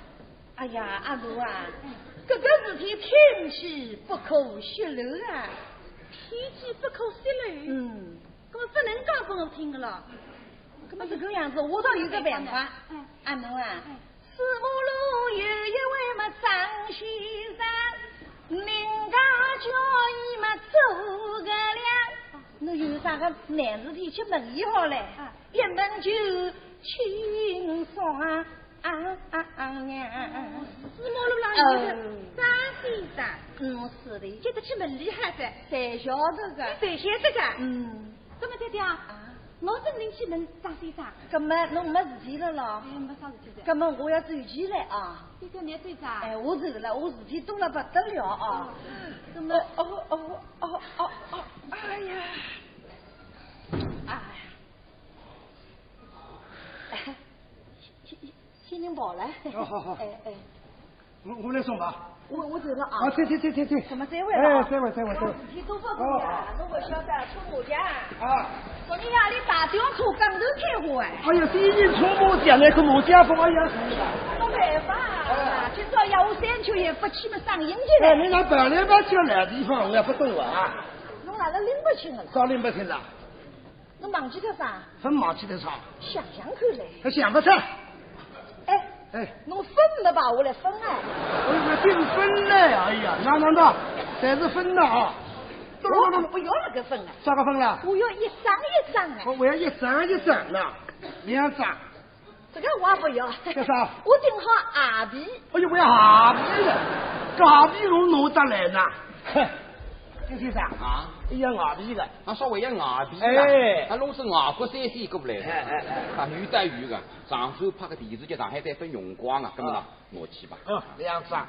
I: 哎呀，阿奴啊，这个事体天机不可泄露啊。
K: 天机不可泄露，
I: 嗯，
K: 那么不能讲给我听的了。
I: 那么这个样子，我倒有个办法
K: 嗯。
I: 阿奴啊，四马路有一位么张先生，人家叫伊么诸葛亮。侬有啥个难事体去问伊好嘞？
K: 啊
I: 一问就清爽啊啊啊啊娘！
K: 哦四马路上有一个
I: 嗯
K: 张先生，
I: 嗯，是的，
K: 这个去蛮厉害的，
I: 才晓得个。
K: 谁写这个？
I: 嗯
K: 那么爹爹啊，
I: 啊，
K: 我真能去问张先生，
I: 葛么侬没事体了咯
K: 哎，？没啥事体的。
I: 葛么我要走起来啊。
K: 爹爹，你对啥？
I: 哎，我走了，我事体多了不得了啊！怎么？哦哦哦哦哦哦！哎呀，哎呀，心心心灵宝来。
A: 哦好好好
I: 哎哎，
A: 我我来送吧。
I: 我我走了啊。
A: 啊，对对对对对。
I: 怎么再会了啊？
A: 哎，再会再会再会
I: 事。体多不多
A: 哦
I: 呀？侬不晓得出马家，
A: 啊，
I: 昨天夜里大吊车刚头开花哎，
A: 哎呀，第一从我讲来个马家风，哎呀，
I: 没办法啊！今朝要我三秋也不去么上营去
A: 哎，你
I: 了，
A: 那本来吧叫哪地方，我也不懂啊，
I: 侬哪能拎不清了？
A: 早领不听了，
I: 侬忘记掉啥？
A: 很忙起的啥，
I: 想想看嘞。
A: 还想不出。
I: 哎，
A: 哎，
I: 侬分没把我来分哎？
A: 我我定分嘞，哎呀，哪哪哪，侪是分的啊！懂了懂
I: 我
A: 了，
I: 不要那个分哎，
A: 咋个分了？
I: 我要一张一张哎
A: 我，我要一张一张的，两张。
I: 这个我也不要。
A: 干啥？
I: 我订好阿皮，
A: 哎呦，我要下皮了，这下皮侬弄得来呢？这先生啊，哎呀，外皮的，
J: 俺稍微要外皮
A: 哎
J: 俺啊弄是外国山西过不来的，
A: 哎哎哎
J: 啊，女带鱼的，上手拍个电视剧，上海在分用光啊，那么呢，拿去吧。
A: 嗯，两张。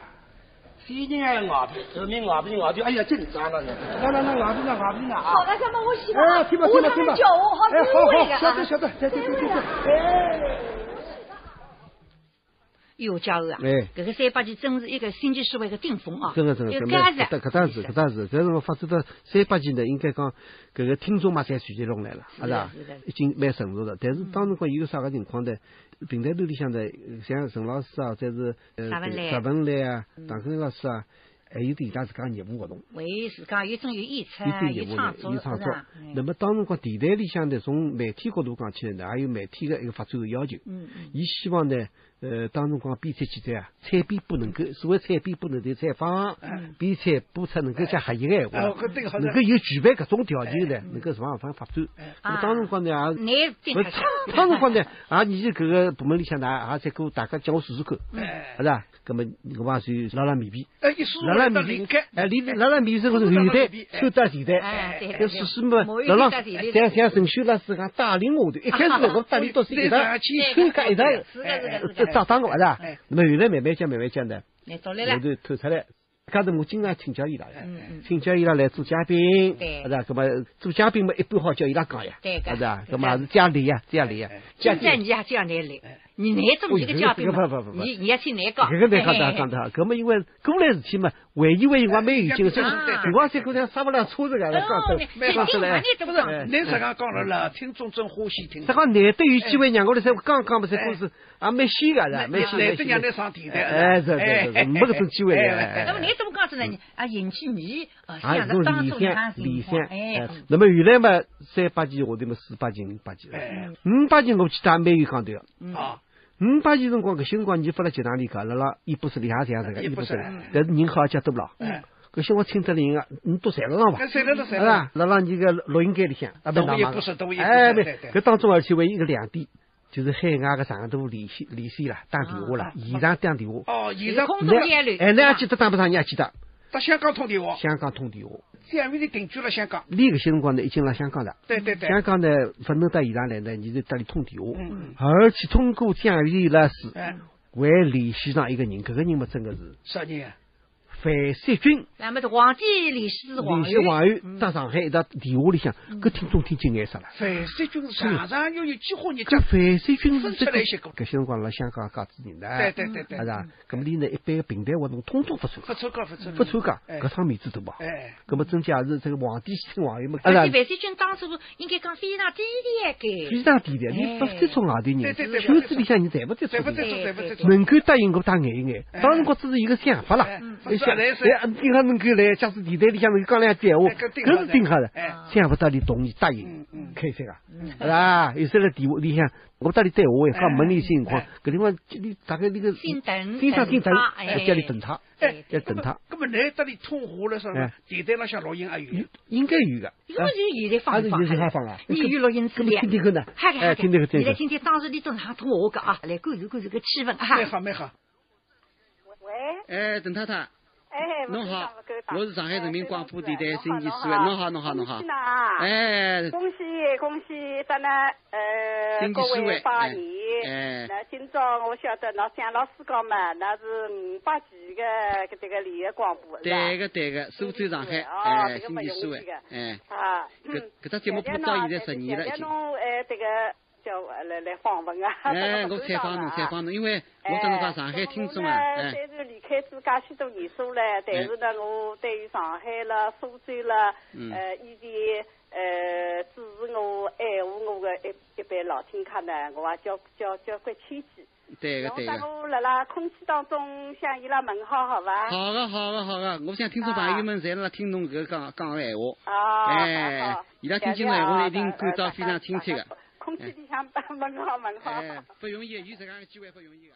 A: 西京还外皮，后面外皮外皮，哎呀，紧张了呢。那那那外皮呢？外皮呢啊？
I: 好了，那么我喜欢，
A: 哎，听吧听吧
I: 我
A: 听
I: 他
A: 吧
I: 们，叫我好
A: 哎，好
I: 丢位的
A: 好，晓得
I: 啊。
A: 晓得，对对对对对，哎，
B: 哟，家伙啊！
D: 哎
B: 搿个三八节真是一个新奇思维的顶峰啊！
D: 真的真的，
B: 有
D: 真的，
B: 价值
D: 搿搭搿搭是搿搭是，搿辰光发展到三八几呢，应该讲搿个听众嘛侪全集拢来了，
B: 是
D: 是
B: 的
D: 吧
B: 是的？
D: 已经蛮成熟了。但是当辰光有个啥个情况呢？平台头里向呢，像陈老师啊，再是呃
B: 撒文来
D: 撒文来啊，唐根老师啊，还有伊拉自家的业务活动。
B: 为自家有种有演出
D: 一
B: 啊，
D: 对业
B: 有
D: 务
B: 创
D: 呢，
B: 作，
D: 有
B: 是
D: 创作
B: 吧？。哎嗯
D: 那么当辰光电台里向呢，从媒体角度讲起来呢，也有媒体的一个发展的要求。
B: 嗯嗯
D: 伊希望呢，呃，当辰光比赛记者啊，采编不能够，所谓采编不能够采访，比赛播出能够讲合一个闲话，
A: 哦搿对好像
D: 能够有具备搿种条件呢，能够往方发展。那么当辰光呢，也
B: 你定
D: 不
B: 出
D: 是
B: 去
D: 唱，唱辰光呢，啊，你这搿个部门里向呢，也再给我大家叫我试试看，
A: 嗯
D: 是吧？葛么我也算拉拉面皮，
A: 哎，一输
D: 拉拉面皮，哎，里拉拉面皮是我是后台抽到前
B: 哎
D: 台
B: 对，
D: 搿试试嘛
B: 某，一
D: 拉
B: 个
D: 拉
B: 搭前台
D: 像像陈秀老师
B: 啊
D: 讲带领我的，一 [laughs] 开始我带领到谁一
A: 对
D: 趟，
A: 上
D: 去
A: 去
D: 参加一趟，
B: 是的是的是的
D: 这搭档个勿是啊？那么后来慢慢讲慢慢讲呢，
B: 你到来
D: 后
B: 了，
D: 头透出来。搿是我经常请教伊拉呀
B: 嗯嗯，
D: 请教伊拉来做嘉宾，啊
B: 对
D: 是吧？搿么做嘉宾嘛，一般好叫伊拉讲呀，啊
B: 对
D: 是
B: 个
D: 吧？
B: 对
D: 搿么也
B: 个
D: 是加力呀，加力呀，加
B: 现在
D: 力。
B: 你也这样来来，你来这么一个嘉宾
D: 哦这个哎不不不不
B: 嘛，你你也去哎难搞，
D: 搿个难讲
B: 嘿嘿
D: 大
B: 嘿
D: 讲的，搿么因为过来事体嘛，回忆回忆我也蛮有劲的，这
B: 啊
D: 是我再过来啥勿啷车子个来讲
B: 哦，你
D: 出来，讲出来
B: 你。怎么讲？
D: 哎
A: 恁实讲讲了啦，听众真欢喜听
D: 这。个难得有机会让我来才刚刚嘛，才公司也蛮新个是吧，
A: 那
D: 蛮新
A: 难得让
D: 的
A: 你。上电台，
D: 哎，是是是是，没搿种机会的。哎
B: 那么你怎么讲出来呢？啊，引起你呃
D: 啊，
B: 想
D: 种
B: 着当
D: 理
B: 中一
D: 想
B: 项，
D: 理
B: 情
D: 想，
B: 况，哎，嗯
D: 那么原来嘛，三八级，下头嘛四八级、五八级了，
E: 嗯
D: 五八级我记得也蛮有讲头的。
A: 哎啊，
D: 五八级辰光，搿些辰光你发了集堂里讲，辣辣伊不是里向这样子个，伊
A: 伊
D: 不
A: 不
D: 是
A: 是，
D: 但是人好像多不啦。搿些我听得人啊，你都侪了上伐
A: 那？谁来了谁
D: 是
A: 来了？
D: 吧？辣辣你个录音间里向，啊，
A: 嗯抖
D: 不
A: 音
D: 打麻
A: 不是抖音不是
D: 哎，没
A: 对对
D: 搿当中而且还有一个亮点，就是海外个长途联系联系啦，打电话啦，现场打电话。
A: 啊哦，现场
B: 空
D: 你
B: 中交流，
D: 哎，
B: 是
D: 那
A: 啊
B: 吧
D: 也记得打不上，你也记得
A: 到香港通电话，
D: 香港通电话。
A: 蒋玉的定居了香港。
D: 你搿些辰光呢，已经辣香港了。
A: 对对对，
E: 嗯
D: 香港呢，不能到现场来呢，你就搭里通电话，
A: 嗯
D: 而且通过蒋玉伊拉是
A: 哎，
D: 还联系上一个人，搿个人嘛，真个是
A: 啥人啊？
D: 范锡军。
B: 那么是皇帝李世
D: 联
B: 皇
D: 系
B: 后，
D: 网友
A: 嗯
D: 到上海一搭电话里向，搿听众听进眼啥了？
A: 范锡军常常要有计划，人家
D: 搿反水军
A: 分
D: 是
A: 出来
D: 这个
A: 一些个
D: 搿些辰光辣香港介子人呢，
A: 对对对对
D: 啊是吧？搿么你呢一般个平台活动统统不参
A: 不
D: 加，
A: 参加，不参加，
D: 不参加，
A: 哎
D: 搿场面子大伐？
A: 哎，
D: 搿么真假是这个皇帝亲王友嘛？
B: 哎而且
D: 是吧
B: 范锡君当初应该讲非常低调
D: 非
B: 的，
D: 常低调，你不接触外地人，
A: 对对对
D: 圈子里向人侪不接触
A: 再不
D: 人
A: 再做，
B: 哎
A: 再不再做，
D: 能够答应我答应一眼，
J: 哎
D: 当辰光只是一个想法啦
A: 哎。
B: 嗯
D: 一想，
J: 啊
A: 不是来是
D: 哎，平常能够来，假使电台里向能够讲两句闲话，
A: 哎搿顶
D: 搿
A: 好
D: 是
A: 的
D: 顶好的
A: 哎。
D: 想不到你同意答应
A: 嗯，嗯
D: 开心啊，是吧？有时候来电话里向，我搭里对话，讲问你一些情况
A: 哎，
D: 搿地方你大概那个
B: 心疼
D: 心上心
B: 等
D: 疼
B: 他，哎
D: 在家里等他，
A: 哎，
D: 要等他，
A: 那么来这里通话了啥？电台浪向录音还有，
D: 应该有的。
B: 因为就现在放
D: 啊
B: 放
D: 是现在放啊
B: 你有录音资料，
D: 搿么听听看呢
B: 嗨嗨
D: 哎
B: 嗨，
D: 听听看听听
B: 现在今天当时你正常通我讲啊，来感受感受个气氛
A: 蛮
B: 啊，
A: 好蛮好。
L: 喂，
J: 哎，邓太太，
L: 哎，
J: 侬好
L: 我是，
J: 我是上海人民广播电台
L: 新
J: 经
B: 哎
J: 济四位，侬好侬好侬好
L: 恭喜，呐！
J: 哎，
L: 恭喜恭喜，咱呢呃
J: 经济
L: 各
J: 四位
L: 位拜
J: 哎哎
L: 年。那今朝我晓得，那蒋老师讲嘛，那是五八几个搿这个联合广播是吧？
J: 对个对个，苏州上海，
L: 哦
J: 哎，
L: 这个
J: 经
L: 不
J: 济
L: 容
J: 四
L: 易
J: 位
L: 的，
J: 哎，
L: 啊，
J: 搿
L: 嗯
J: 搿只节目播到现在十年了已
L: 现在
J: 经。
L: 侬哎这个叫我来来访问啊。
J: 哎，
L: 这个
J: 我
L: 不
J: 采访侬，
L: 知道
J: 采
L: 啊
J: 访侬，因为我
L: 哎，
J: 跟侬讲上海听众啊，
L: 那么我呢
J: 哎，
L: 虽然离开自家许多年数了，但是呢，我对于上海啦、苏州啦，
J: 嗯
L: 呃，以前呃支持我、爱护我的一一般老听客呢，我也交交交关亲戚。
J: 对个
L: 侬
J: 哎对
L: 跟
J: 个。
L: 我辣辣空气当中向伊拉问好，好伐？
J: 好个好个好个，我想听众朋友们侪辣听侬搿讲讲个闲话。
L: 啊，
J: 哎
L: 好好
J: 伊拉听
L: 谢谢
J: 进来
L: 啊
J: 我一定感到非常
L: 大家
J: 亲切的哎
L: 大家空气里向问好问好。
J: 哎，不容易，有自家个机会不容易个。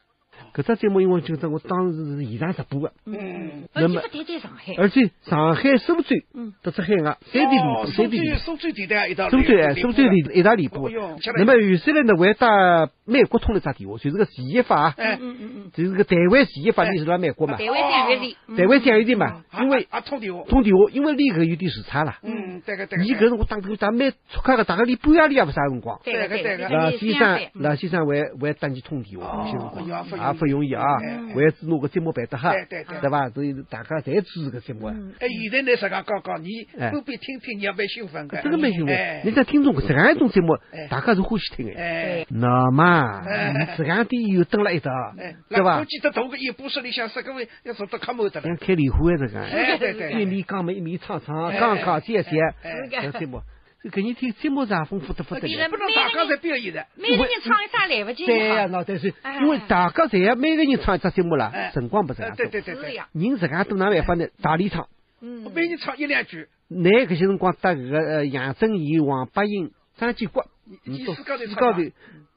D: 搿只节目因为就是我当时是现场直播个，
M: 嗯，
D: 那
M: 而且
D: 么
M: 不单单上海，
D: 而且上海、苏州
M: 嗯，
D: 到只海
A: 哦
D: 外三地联播，
A: 苏
D: 三地
A: 州
D: 联播。
A: 苏州地带一道
D: 苏
A: 联，
D: 州哎，苏州
A: 联
D: 里一大联播
A: 哎哟。
D: 那么原先来呢，还搭美国通了一只电话，就是个企业法啊，
A: 哎
M: 嗯嗯
D: 就是个台湾企业法，你是辣美国嘛？
M: 台湾三月
A: 哦
M: 里，
A: 嗯
D: 台湾酱油店嘛，
A: 因为啊通电话，
D: 通电话，因为离搿有点时差啦。
A: 嗯，对个对个，
D: 伊搿辰光打搿打蛮出卡个，大概连半夜里也勿啥辰光。
A: 对个对个，
D: 老先
A: 嗯
D: 生，老先生还还打去通电话，有些辰
A: 哦
D: 光也不容易啊，还是弄个节目办得哈，
A: 哎对对对
D: 对伐？所以大家侪支持个节目啊。
A: 哎，现在呢，实讲讲讲，你
D: 哎
A: 后边听听，你也蛮兴奋的。
D: 这个蛮幸福
A: 哎，
D: 你像听众这样一种节目
A: 哎，
D: 大家是欢喜听的。
A: 哎，
D: 那么
A: 哎，
D: 这样点又登了一道，
A: 哎，
D: 对
A: 那
D: 伐
A: 估？计得同个一部室里向是各位要坐到看门的了
D: 像。开联欢这个，
A: 哎对对
D: 一面讲么一面唱唱，
A: 哎
D: 讲讲谢谢，
A: 哎
D: 这个节目，这搿人听节目是也啊丰富得不得了。
A: 不能大家侪表现的。
M: 每个人唱一啥来不及
D: 对呀，
M: 哈，
D: 那但是
M: 哎
D: 因为大家侪要每个人唱一只节目啦，辰光不是啊
A: 哎，对对对对，
D: 人自家都哪办法呢？大理唱，
M: 嗯，
A: 每人唱一两句，
D: 拿搿些辰光搭搿个呃杨振宇、黄百英、张建国，嗯到
A: 自家头
D: 自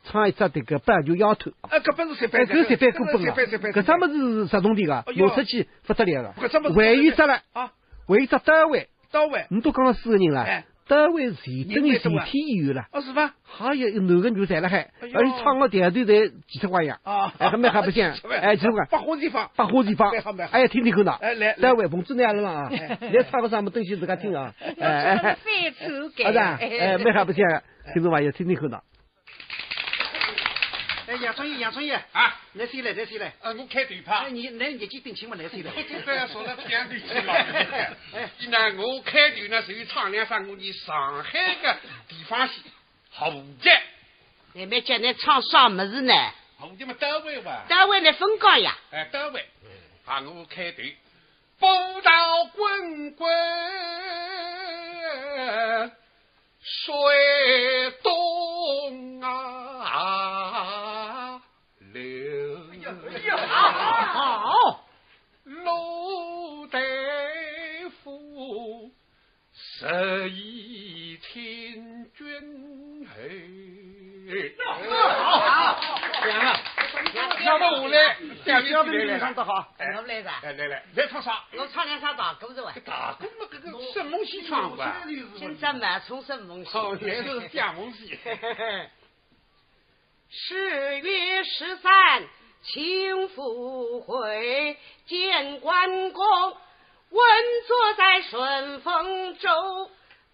A: 唱吧
D: 家头唱一只迭个半球丫头，
A: 啊，搿本是三班
D: 哎，
A: 的，
D: 搿
A: 这
D: 三
A: 这这这这这这
D: 班够分啊！搿只物事是十种地个，
A: 呦
D: 拿出去不得了了。
A: 搿只物事
D: 还有啥嘞？
A: 啊，
D: 还有一只单位，
A: 到位，
D: 你都讲了四个人了
A: 哎。
D: 单位前等于
A: 人蛮
D: 前
A: 多啊
D: 天医院了，
A: 哦是伐？
D: 还有一男个女在辣海，
A: 哎呦
D: 而且唱个台头侪奇出花样，
A: 啊，
D: 哎，还蛮还不
A: [laughs]
D: 像
A: 是，吧
D: 哎，奇怪，
A: 百花地方，
D: 百花地方
A: 蛮好蛮，好
D: 哎呀，听听看呐，
A: 哎来来
D: 单位同志拿来了啊，
A: 哎
D: 来唱个啥么东西自家听
A: [laughs]
D: 啊，哎哎哎，
M: 翻车
D: 啊是啊
M: 改，
D: 哎，蛮还不
A: [laughs]
D: 像，听众朋友听听看呐，
N: 哎，杨春燕，杨春燕啊，来谁来？来谁来？
A: 啊，我开头派
N: 哎，你来日记定亲嘛？来谁来？
A: 不要说了讲对去
E: [laughs]
A: 了。伊呢，我开头呢，就唱两首我的上海个地方戏，红姐，
I: 你们叫你唱啥么子呢？
A: 红姐嘛单位吧，
I: 单位来分工呀，
A: 哎，单位，啊，我开头，波涛滚滚水东啊流。
I: 好，
A: 陆大夫十
D: 哎
I: 哎
A: 一千军
I: 好，
A: 那么我来，
I: 要
A: 两
I: 不要
A: 位
I: 你唱
A: 来
I: 得好？
A: 哎
I: 要不来噻？
A: 来来来，来唱啥？
I: 我唱两首大歌是吧？
A: 大哥嘛，这个什么戏唱吧？
I: 今朝满冲什么戏？
A: 好，啊哦也是讲红戏。
I: 十月十三，请复回见关公。稳坐在顺风舟，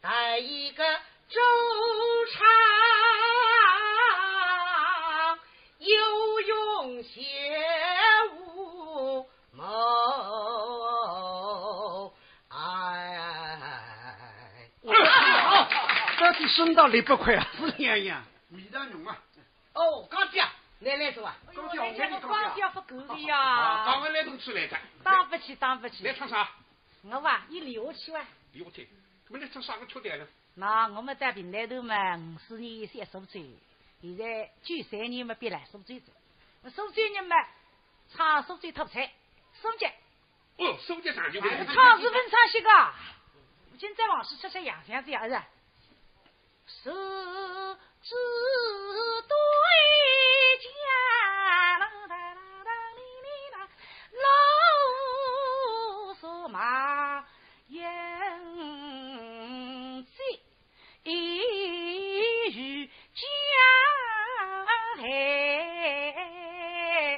I: 带一个周长，有勇协无谋。哎，
N: 到底升到六百块啊？
A: 是娘娘，味道浓啊！
I: 哦，高姐，奶奶说啊，
A: 高姐，我
B: 这
A: 跟
B: 个
A: 你高
B: 光
A: 姐，
B: 调不够的
A: 讲
B: 呀，
A: 个来东西来的，
B: 当不起，当不起
A: 来。唱啥？
B: 我哇，你留下去哇。
A: 离我听，我们来唱啥个出来了？
B: 那我们在平台头嘛，五四年三十岁，现在九三年嘛变了，十岁走。那十岁人嘛，唱十岁脱菜，升级，
A: 哦，手机上就来了。
B: 哎唱是分唱些个。今在往事吃吃洋相子呀，是吧？
I: 是只对家郎当当哩哩啦，老驷马迎接一日家来，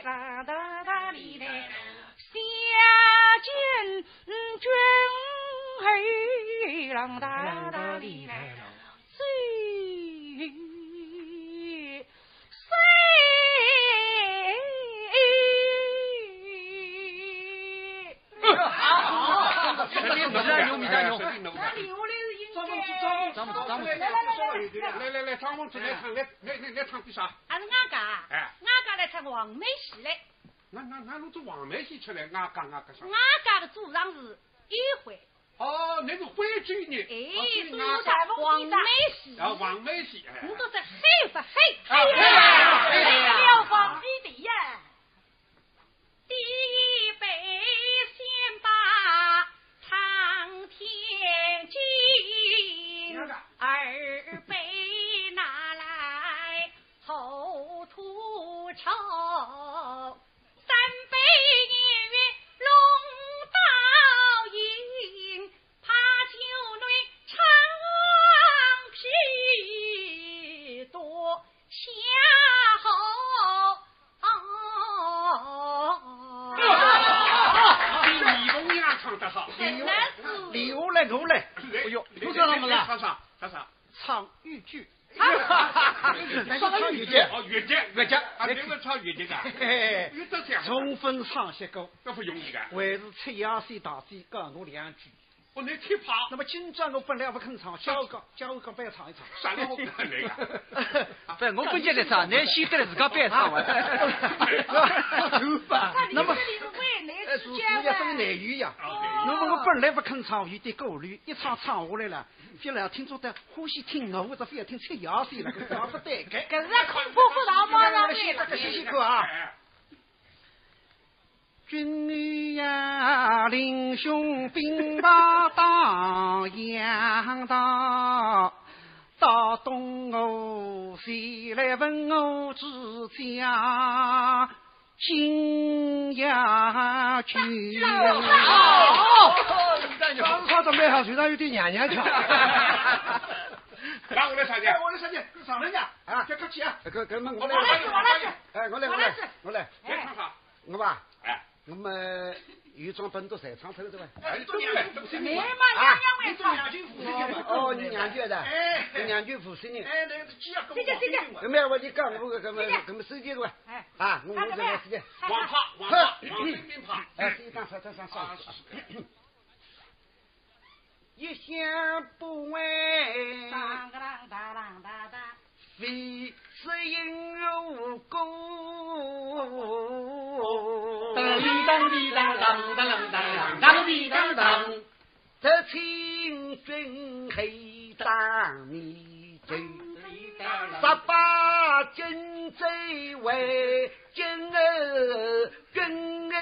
I: 当当当哩哩，下见君嘿，郎当当哩哩。谁谁？
B: 那留下来是应该。
A: 来来来，张公子来唱，来来来来唱句啥？
B: 还啊是俺家，
A: 哎
B: 俺家来唱黄梅戏来。
A: 那那那弄只黄梅戏出来，俺讲俺讲啥
B: 俺？家的主唱是一回，
A: 哎哦，那是徽州人，
B: 哎，主
A: 俺
B: 唱黄梅戏，
A: 啊黄梅戏，哎
B: 我，都是黑不黑？
A: 啊
B: 黑呀，了黄梅的呀。
I: 第一杯先把苍天敬，二杯拿来后吐愁，啊
A: 来我来，哎呦，
E: 来
A: 我说什么
E: 来
A: 啦
E: 来唱？啥唱啥？
A: 唱豫剧。
E: 唱
A: 越
E: 越
A: 剧
E: 剧，
A: 哦，
E: 越剧，
A: 越剧，
E: 啊，你们唱越剧的，
A: 哎，
E: 有得讲，
A: 重分上些歌，
E: 那不容易的。
A: 还是出洋戏大嘴讲我两句。
E: 我能听怕。
A: 那么今朝我本来不肯唱，下午讲，下午讲帮唱一唱。
E: 啥个我不肯来个？
D: 不，我不接来唱，你先得自家背唱嘛。
A: 头发，那么。
O: 哎，
A: 主持人分男女呀，那么我本来不肯唱，有点顾虑，一唱唱下来了，别让听众的欢喜听我，或者非要听吃洋水了，搿讲不对该。搿
L: 是恐怖不老猫让位了
A: 搿辛苦啊！
I: 军呀，领雄兵把当扬当，到东欧谁来问我之家？新呀军
A: 好
I: 呀，，
A: 刚唱准备好，嘴上有点娘娘腔。
E: 来，我来唱去。
A: 哎，我来唱去，跟上人家啊，别客气啊。
D: 搿搿么
A: 我
D: 我
A: 来
D: 来，
A: 我来
D: 哎，我来，我来，我来，
E: 来唱啥？
D: 我吧，
E: 哎，
D: 我们有种本都才唱出来对伐？
E: 哎，都来，都是
A: 你嘛
D: 啊
A: 娘娘会唱
D: 哦，你娘舅的，
A: 哎
D: 你娘舅负责人。
A: 哎，那个鸡要跟我
D: 搿么我就讲我搿么搿么手机对伐？啊，我我这个时间。
E: 王怕，王怕，王冰冰怕。
D: 哎，这一张啥？这张啥？
I: 一向不为
L: 当个当当当当当，
I: 非是因我故。当哩当哩当当当当当当哩当当，这清军黑当你军，十八军最为军儿军儿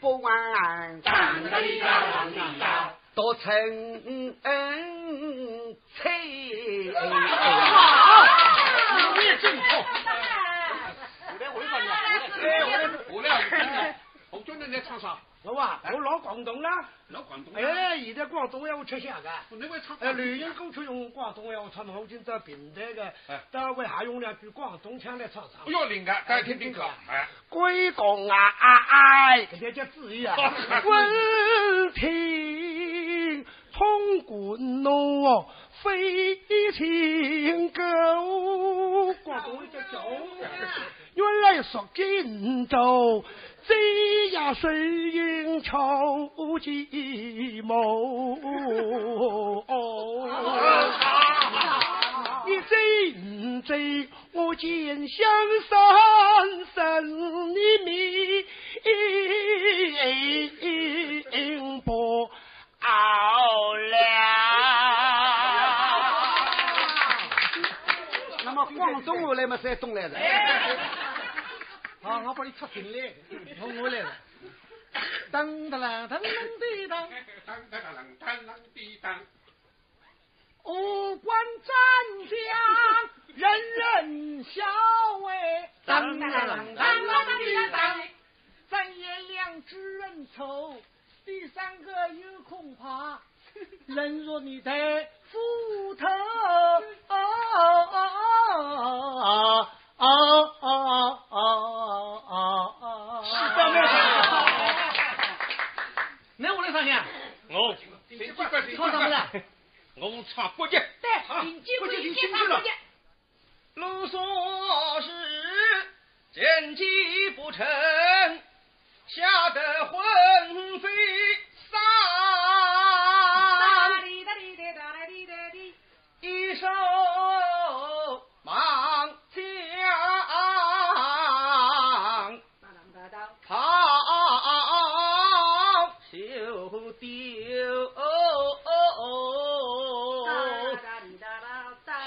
I: 不完。当哩当当当。多成恩妻。哎好，你也真好。
E: 我来，我来，我叫你来唱啥？
A: 我啊，我老广东啦。
E: 老广东。
A: 哎，现在广东话我吃香个。
E: 你会唱？
A: 哎，流行歌曲用广东话我唱嘛，我今朝平台个，单位还用两句广东腔来唱唱。
E: 不要领个，大家听听歌。哎，
I: 归公啊，哎，
A: 这叫注意啊！
I: 闻听通滚怒，哦飞禽狗。
A: 广东话叫叫。
I: 原来说荆州，这呀是应酬计谋。哦你知唔知我见香山神你面不熬了？
D: 那么广东话来嘛，山东来的。
A: 好，啊我帮你出神来，我我来了。噔噔啦，噔噔滴当，
E: 当当当当当滴当。
I: 五官湛江，人人笑哎。
O: 当当当当当
I: 滴
O: 当，
I: 三言两知恩仇，第三个有空怕。人若你在斧头，哦哦哦哦哦哦哦。是
A: 的没
I: 那我来上去。
E: 我，唱
I: 唱什么了？
E: 我唱国剧。
I: 对，引进
E: 不进
I: 进
E: 进不进了
I: 鲁肃是奸计不成，吓得魂飞散，一手忙将跑，就丢。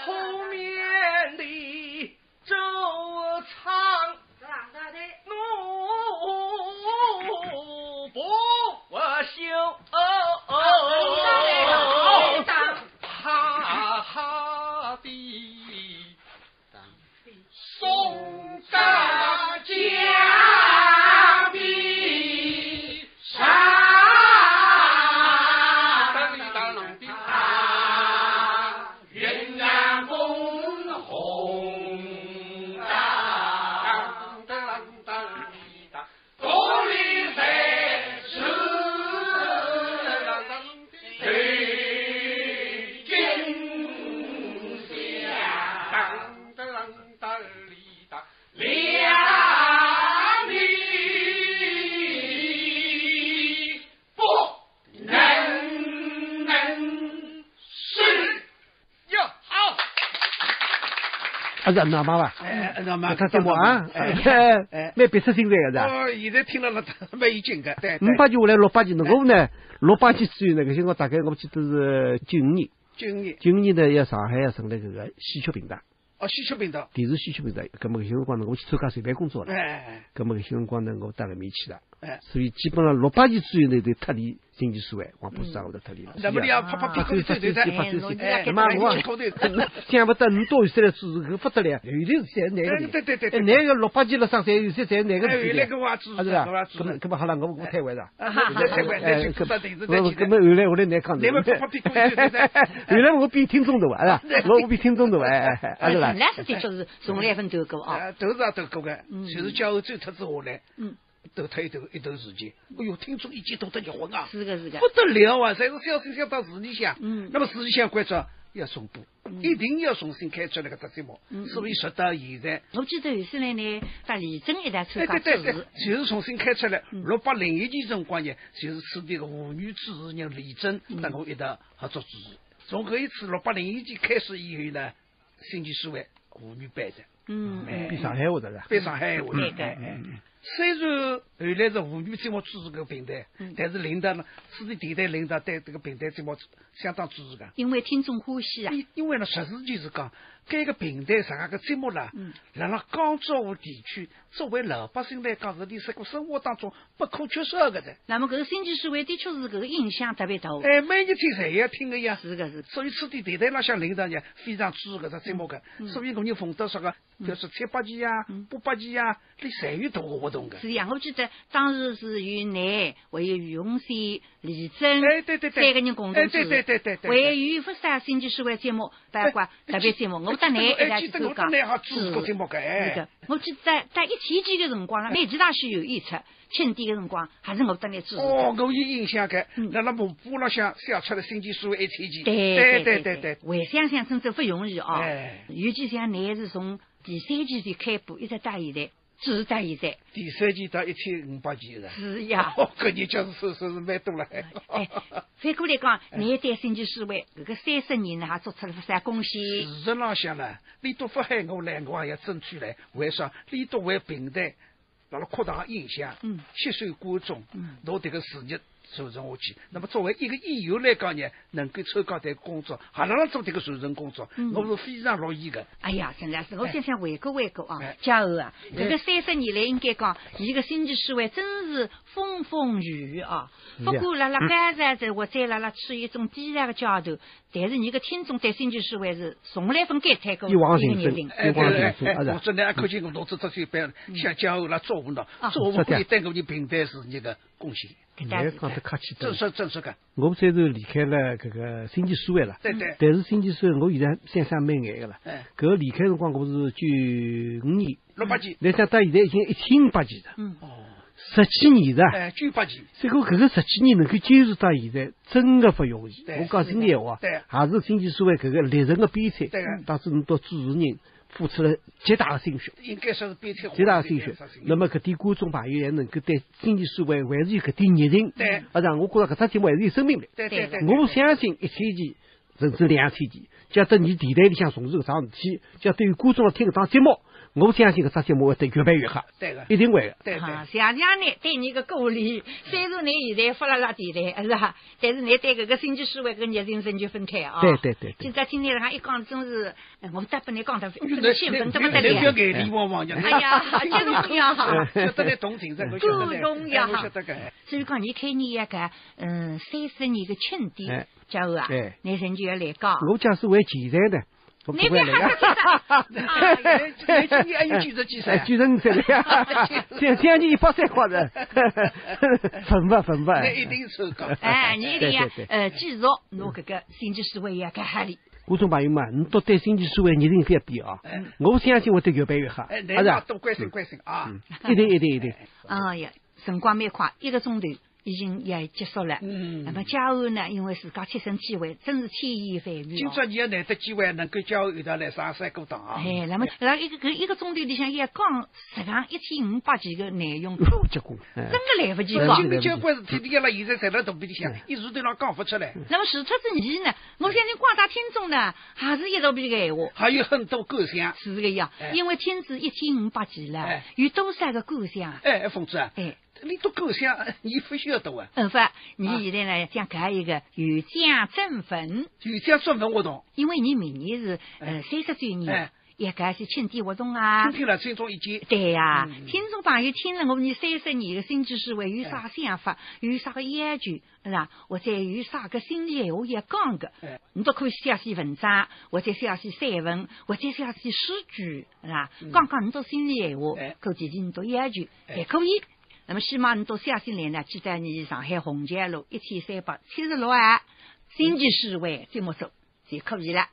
I: 后面的周仓怒不
D: 啊，是那妈吧？
A: 哎，那么
D: 他怎么啊？哎，蛮别出心裁个是吧？
A: 哦，现在听了那蛮有劲个，对。
D: 五八级下来六八级，那我呢？六八级之后呢？搿些我大概我记得是呃九五年，
A: 九五年，
D: 九五年呢，要上海要成立搿个戏曲频道。
A: 哦，戏曲频道。
D: 电视戏曲频道，搿么搿些辰光呢，我去参加筹办工作了。
A: 哎。
D: 搿么搿些辰光呢，我到搿面去了。
A: 哎。
D: 所以基本上六八级之后呢，就脱离经济哎社会，黄浦市场会得脱离了。
A: 嗯那么你要拍拍屁股
D: 拍
A: 对
D: 拍
A: 对
D: 拍手机，
A: 哎，
D: 那么我 [laughs] 想不到你到现在支持，搿不得了，有的是哪个？
A: 对对对
D: 对，哪个六八级了上山，有些在哪个？啊
A: 哎，原来搿我也支持，
D: 是吧？
A: 搿我也支
D: 搿么
A: 持。
D: 搿么好了，我我退位了。
A: [laughs] 再再回再去看电视，再去
D: 搿么后来我来来讲
A: 你们拍拍屁股对
D: [laughs]
A: 对对。
D: 原来我比听众大
A: [laughs]
D: 是吧？我我比听众大哎哎哎，是吧？
B: 嗯那是的确是从来一份斗狗啊，
A: 啊，都是啊，都各个，就是叫欧洲特子下来，
B: 嗯，
A: 都他一头一头时间，哎哟，听众意见多得结婚啊，
B: 是个是个
A: 不，得了啊，侪是小心想到市里向，嗯，那么市里向关照要重播，一定要重新开出那个特节目
B: 嗯，
A: 所以直到现在，
B: 我记得有些人呢，把李真一代参
A: 对
B: 加
A: 对
B: 主
A: 对对
B: 持，，
A: 就是重新开出来，六八零一年辰光呢，就是此地个妇女主持人李珍，跟我一道合作主持，从搿一次六八零一年开始以后呢，新奇思维妇女班的。
B: 嗯
A: 哎
D: 比上海话的是吧？
A: 比上海话
D: 嗯
A: 哎哎虽然后来是妇女节目支持这个平台，
B: 嗯
A: 但是领导呢，私立电台领导对这个平台节目相当支持的。
B: 因为听众欢喜啊，
A: 因因为呢，实事求是讲，该个平台上个节目啦，
B: 嗯
A: 辣辣江浙沪地区作为老百姓来讲，是你这个生活当中不可缺少的的。
B: 那么搿个新奇社会的确是搿个影响特别大。
A: 哎，每一天侪要听个呀。
B: 是个是。
A: 所以此地电台浪向领导呢，非常支持搿只节目个
B: 嗯，
A: 所以我们逢到啥个，比如说七八级呀、八八级呀，你侪有大个活动个。
B: 是呀，我记得当时是有你，还有于洪山、李真，
A: 哎对对对
B: 三个人共同
A: 哎
B: 主持，
A: 对对对对对
B: 还有福山新奇社会节目，包括特别节目，我搭你一
A: 哎
B: 家
A: 记
B: 去
A: 得
B: 参
A: 我搭
B: 加，
A: 你也支持过节目个哎
B: 是的，我记得在在一期期的辰光，每期大是有演出，庆典的辰光还是我搭你支持。
A: 哦，我有印象个，辣辣幕布浪向写出来新奇书一千件，
B: 对
A: 对
B: 对
A: 对对，
B: 回想想真正不容易啊
A: 哎！
B: 尤其像你是从第三季就开播，一直到现在，支持到现在。
A: 第三季到一千五百件是吧？
B: 是呀
A: 哦，搿日就是收收是蛮多了。
B: 哎，反过来讲，你对新奇社会搿个三十年呢，还做出了不少贡献。
A: 事实浪向呢，你都不喊我来，我也要争取来。为啥？你都为平台辣辣扩大印象，
B: 嗯，
A: 吸收观众，
B: 嗯，
A: 拿迭个事业传承下去。那么作为一个演员来讲呢，能够参加迭个工作，还能做迭个传承工作
B: 嗯，
A: 我是非常乐意的。
B: 哎呀，真的是，我想想回顾回顾啊
A: 哎，
B: 嘉禾啊，
A: 哎
B: 这个三十年来应该讲，伊个经济社会真是风风雨雨啊。
P: 是
B: 不
P: 呀
B: 过辣辣干站在或者辣辣处于一种低潮的阶段，但是你个听众对经济社会是从来分感慨过
D: 一往
B: 一个
D: 情深
B: 年龄。
A: 哎，
D: 一往
A: 对
D: 情
A: 哎
D: 深
A: 哎
D: 啊是嗯
A: 我真的看见我同志这些班，像江后啦、赵文啦
B: 啊，
A: 赵文
D: 是的
A: 可以对我们平台事业的贡献。
D: 大家讲得客气点
A: 正式正式的，
D: 我虽然离开了搿个新奇社会了，
A: 对对
D: 但是新奇社会我现在想想蛮眼个了。
A: 哎，
D: 搿个离开辰光我是九五年，
A: 六八级，
D: 来想到现在已经一千五百期了，
B: 嗯，
D: 十几年了。
A: 哎，九八级，
D: 所以讲搿个十几年能够坚持到现在，真的不容易。
A: 对
D: 我讲心里话
A: 对，
D: 也是经济社会搿个历程的悲催
A: 对的，
D: 当时侬到主持人付出了极大的心血。
A: 应该说是边贴
D: 极大的心血，那么搿点观众朋友也能够对经济社会还是有搿点热情，
A: 对
D: 啊，让我觉着搿只节目还是有生命力。
A: 对对对对
D: 我相信一千期甚至两千期，假得你电台里向从事搿桩事体，假对于观众听搿档节目，我相信搿只节目会得越办越好，
A: 对个
D: 一定会的。
A: 对对。
B: 谢谢你对你个鼓励，虽然你现在发了拉电台，是吧？但是你对搿个经济社会跟热情深就分开啊。
D: 对对对对
B: 今朝听你人家一讲，真是哎我搭把你讲得
A: 原
B: 真
A: 来
B: 是兴奋得不
A: 原来
B: 得了。
A: 不要眼里汪汪呀！
B: 哎呀，激动呀！
D: [laughs]
A: 晓得来动情噻，我晓得嘞
B: 激动呀
A: 哎我晓得个。
B: 所以讲，你开你一个嗯三十年的庆典
D: 哎，
B: 家伙啊
D: 哎，
B: 你人就要来讲。
D: 我假使为前台呢，我不
B: 那
D: 会
B: 边
D: 来
B: 还
D: 啊 [laughs]
B: 是。哎
A: 哎今年还有九十几岁
D: 哎，九十五岁了呀， [laughs] 将将近一百岁快了， [laughs] 粉吧粉吧。
A: 那一定
D: [laughs]
A: 是高。
B: 哎，你一定要
D: 对对对
B: 呃继续侬搿个经济社会要搿哈里。
D: 观众朋友们，你都对经济社会热情不要变啊！我相信会得越办越好，
A: 哎，
D: 是
A: 那
D: 吧？
A: 多关心关心啊！
B: 啊
D: 一定一定一定。
B: 嗯哎呀，辰光蛮快，一个钟头已经也结束了。嗯。那么嘉后呢，因为自家亲身机会，真是天意反遇
Q: 今
B: 哦。
Q: 朝你也难得机会能够叫后头来上山过堂啊。
B: 哎，那么然后一个搿一个钟头里向也讲实讲一千五百几个内容，真
D: 结果哎真
B: 哎的来不及
Q: 今
B: 讲。
Q: 个交关事体，你看了现在在那肚皮里向，
D: 嗯
Q: 一时头上讲不出来。
B: 那么除脱之前呢，我相信广大听众呢，还是一道比个闲话。
Q: 还有很多构想。
B: 是个样，因为天子一千五百几了，有多少个构想？
Q: 哎，凤子啊，
B: 哎，
Q: 你读构想，你不需要读啊。
B: 嗯，不，你现在呢讲搿一个有奖征文，
Q: 有奖征文活动，
B: 因为你明年是呃三十周年
Q: 哎，
B: 也搿些庆典活动啊
Q: 听。听了听众意见。
B: 对呀，听众朋友听了我们三十年的新知识会有啥想法，有啥个要求，是吧？或者有啥个新鲜话要讲个，你都可以写写文章，或者写写散文，或者写写诗句，是吧？讲讲你到新鲜闲话，搿提提你到要求，也可以。那么希望你到下信来呢，记得你上海虹桥路一千三百七十六号新奇市会节目组就可以了。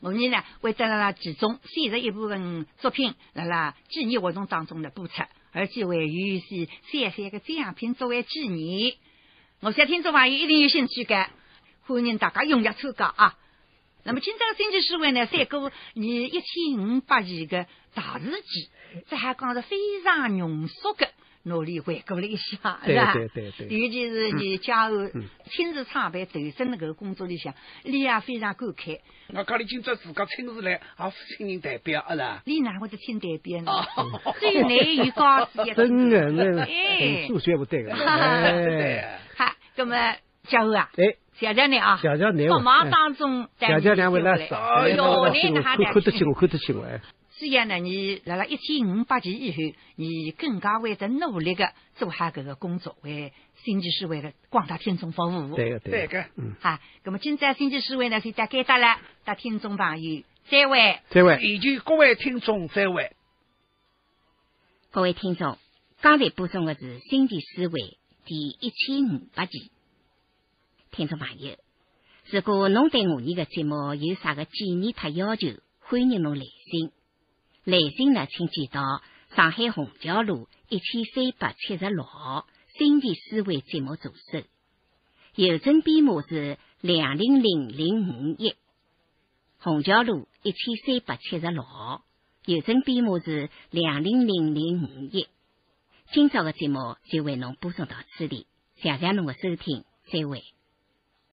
B: 我们呢会在辣辣其中选择一部分作品辣辣纪念活动当中的播出，而且会有一些三三个奖品作为纪念。我想听众朋友一定有兴趣的，欢迎大家踊跃参加啊！那么今朝的经济师会呢，三哥你一千五百件个大事记，这还讲是非常浓缩的，努力回顾了一下，
D: 对
B: 是吧？
D: 对对对嗯
B: 尤其是你家后亲自创办投身那个工作里向，你也非常感慨。
Q: 我讲你今朝自家亲自来，也不请人代表，啊啦。
B: 你哪会得听代表呢？ [laughs] 只有你有高事
D: [laughs]
B: 业。
D: 哦真的，那
B: 哎，
D: 数学不对的。
B: 哎
D: 哎，
B: 好，那么家后啊，
D: 哎，
B: 谢谢你啊，
D: 谢谢你
B: 帮忙
D: 哎
B: 当中带
D: 谢
B: 你
D: 谢两位来
B: 进
D: 上，
B: 来哎呦，你哪
D: 看
B: 哈
D: 看得
B: 的？
D: 起我，看得起我哎。
B: 虽然呢，你辣辣一千五百期以后，你更加会得努力的做下搿个工作，为新奇市会的广大听众服务。
D: 对个对个对个嗯
B: 哈，那么今朝新奇市会呢，就到该搭了，到听众朋友再会。
D: 再会。
Q: 以及各位听众再会。
R: 各位听众，刚才播送的是《新奇思维》第一千五百期。听众朋友，如果侬对我们的节目有啥个建议和要求，欢迎侬来信。来信呢，请寄到上海虹桥路一千三百七十六号《新奇思维》节目助手，邮政编码是两零零零五一，虹桥路一千三百七十六号。邮政编码是两零零零五一。今朝的节目就为侬播送到此地，谢谢侬的收听，再会。